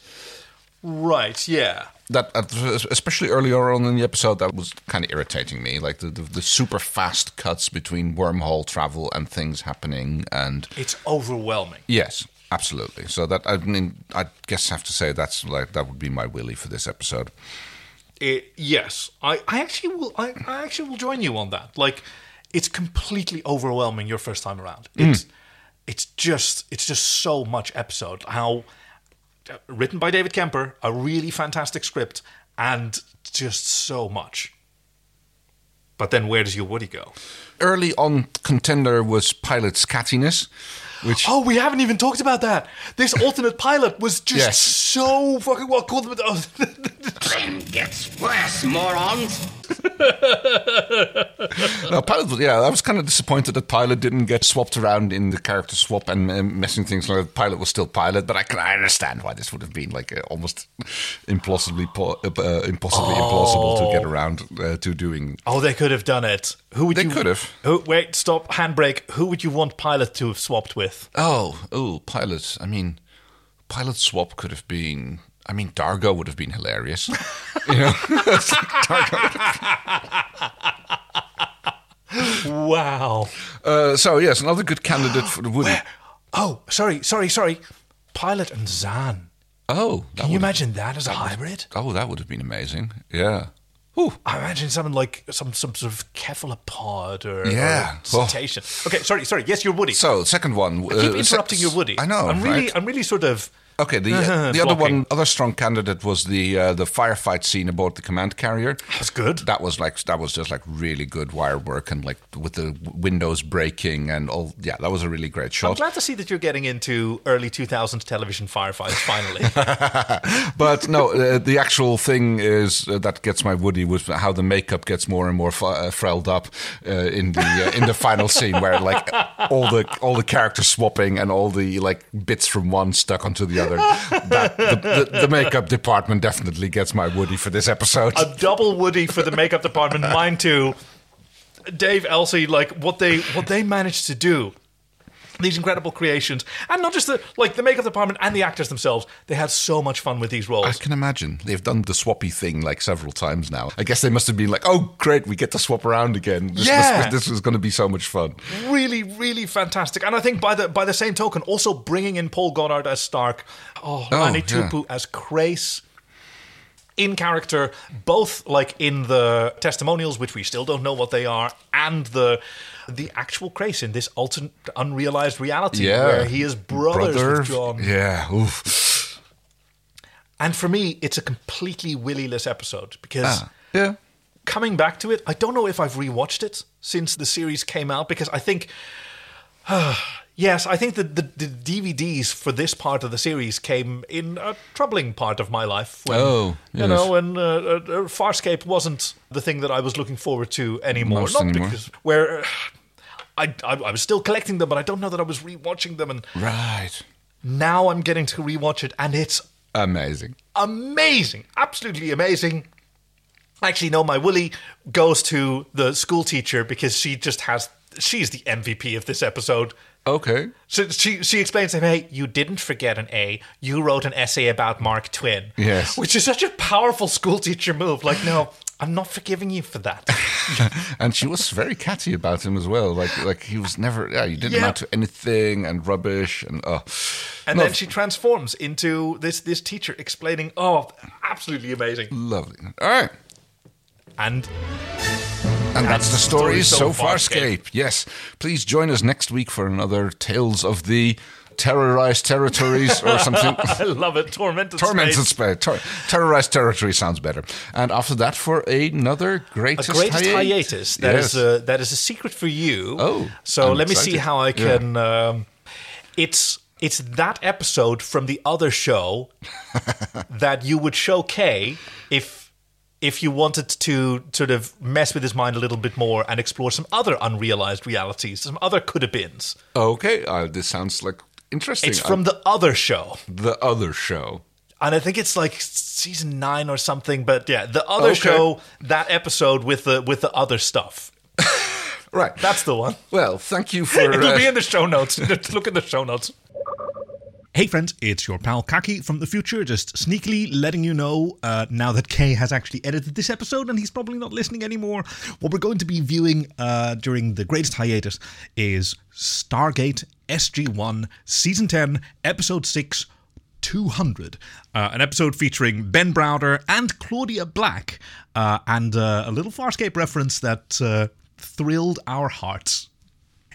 Right, yeah.
that at- especially earlier on in the episode that was kind of irritating me like the, the, the super fast cuts between wormhole travel and things happening and
It's overwhelming.
yes absolutely so that i mean i guess I have to say that's like that would be my willy for this episode
It, yes, I, I actually will. I, I actually will join you on that. Like, it's completely overwhelming your first time around. It's it's just it's just so much episode. How written by David Kemper, a really fantastic script, and just so much. But then, where does your Woody go?
early on contender was pilot's cattiness which
Oh, we haven't even talked about that. This alternate pilot was just
Yes.
so fucking well called. with- oh,
Then gets worse, morons.
No, Pilot. was- Yeah, I was kind of disappointed that Pilot didn't get swapped around in the character swap and uh, messing things like that. Pilot was still Pilot, but I can I understand why this would have been like uh, almost impossibly po- uh, uh, impossibly implausible to get around uh, to doing.
Oh, they could have done it. Who would
They
you?
could have.
Who, wait, stop. Handbrake. Who would you want Pilot to have swapped with?
Oh, oh, Pilot. I mean, Pilot swap could have been. I mean, Dargo would have been hilarious. you know,
Wow.
uh, so yes, another good candidate for the Woody.
Oh, sorry, sorry, sorry. Pilot and Zan.
Oh, that
Can you
would-
imagine that as a hybrid?
Oh, that would have been amazing. Yeah. Ooh.
I imagine something like some some sort of cephalopod or,
Yeah. Oh.
or cetacean. Okay, sorry, sorry. Yes, you're Woody.
So, second one.
I keep
uh,
interrupting
sex-
your Woody.
I know.
I'm really,
right?
I'm really sort of.
Okay, the uh, the other
Blocking.
one, other strong candidate was the uh, the firefight scene aboard the command carrier.
That's good.
That was like that was just like really good wire work and like with the w- windows breaking and all. Yeah, that was a really great
I'm
shot.
glad to see that you're getting into early 2000s television firefights finally.
But no, uh, the actual thing is uh, that gets my Woody with how the makeup gets more and more fu- uh, frelled up uh, in the uh, in the final scene where like all the all the characters swapping and all the like bits from one stuck onto the other. That, the, the, the makeup department definitely gets my Woody for this episode.
a double Woody for the makeup department. Mine too. Dave, Elsie, like what they what they managed to do. These incredible creations, and not just the like the makeup department and the actors themselves. They had so much fun with these
I
roles.
can imagine. They've done the swappy thing like several times now. I guess they must have been like, oh, great, we get to swap around again. This, was-
Yeah.
this was going to be so much fun.
Really, really fantastic. And I think by the by the same token, also bringing in Paul Goddard as Stark, oh,
Oh,
Lani
yeah.
Tupu as Krace. In character, both like in the testimonials, which we still don't know what they are, and the the actual Krace in this alternate, unrealized reality
Yeah.
where he is brothers with John.
Yeah. Oof.
And for me, it's a completely Willyless episode because
Ah, yeah.
coming back to it, I don't know if I've rewatched it since the series came out because I think. Yes, I think that the, the DVDs for this part of the series came in a troubling part of my life. When,
Oh,
you
yes.
know, when uh, uh, uh, Farscape wasn't the thing that I was looking forward to anymore.
Most
Not
anymore.
because where uh, I, I I was still collecting them, but I don't know that I was rewatching them. And
Right.
now I'm getting to rewatch it, and it's
Amazing.
amazing, absolutely amazing. Actually, no, my Willy goes to the school teacher because she just has she's the MVP of this episode.
Okay.
So she she explains to him, "Hey, you didn't forget an A. You wrote an essay about Mark Twain."
Yes.
which is such a powerful school teacher move. Like, no, I'm not forgiving you for that.
and she was very catty about him as well. Like, like he was never, yeah, you didn't
Yeah.
amount to anything and rubbish and, oh.
And
No,
then she transforms into this this teacher explaining, "Oh, absolutely amazing."
Lovely. All right.
And
And that's, the story, so, far,
Farscape.
Scape. Yes. Please join us next week for another Tales of the Terrorized Territories or something.
I love it. Tormented,
Tormented
space.
space. Tor- terrorized territory sounds better. And after that, for another greatest,
a greatest hiatus. That is uh,
Yes.
a that is a secret for you.
Oh,
so
I'm
let me see
excited.
how I
Yeah.
can. Um, it's it's that episode from the other show that you would show Kay if if you wanted to sort of mess with his mind a little bit more and explore some other unrealized realities, some other could have beens.
okay. Uh, this sounds like interesting.
It's from
Uh,
the other show.
the other show.
and I think it's like season nine or something. But yeah, the other
Okay.
show, that episode with the with the other stuff.
Right.
That's the one.
well, thank you for.
It'll
uh,
be in the show notes. Just look in the show notes. Hey friends, it's your pal Kaki from the future, just sneakily letting you know uh, now that Kay has actually edited this episode and he's probably not listening anymore. What we're going to be viewing uh, during the greatest hiatus is Stargate SG1 Season 10, Episode 6. 200, uh, an episode featuring Ben Browder and Claudia Black, uh, and uh, a little Farscape reference that uh, thrilled our hearts.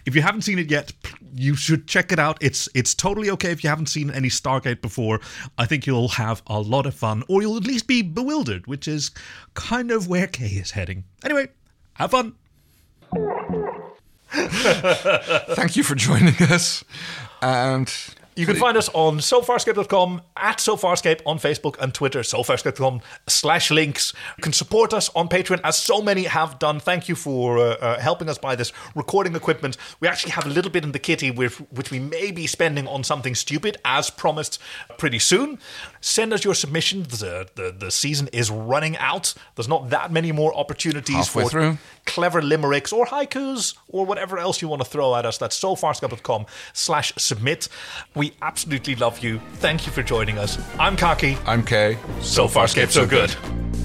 If you haven't seen it yet, p- you should check it out. It's it's totally okay if you haven't seen any Stargate before. I think you'll have a lot of fun, or you'll at least be bewildered, which is kind of where Kay is heading. Anyway, have fun.
Thank you for joining us. And
You can find us on sofarscape.com, at sofarscape on Facebook and Twitter, sofarscape.com slash links. You can support us on Patreon, as so many have done. Thank you for uh, uh, helping us buy this recording equipment. We actually have a little bit in the kitty, with, which we may be spending on something stupid, as promised, pretty soon. Send us your submission. The, the, the season is running out. There's not that many more opportunities
Halfway
for
through.
clever limericks or haikus or whatever else you want to throw at us. That's sofarscape.com slash submit. We absolutely love you. Thank you for joining us. I'm Kaki.
I'm Kay.
So, far, Farscape, so good.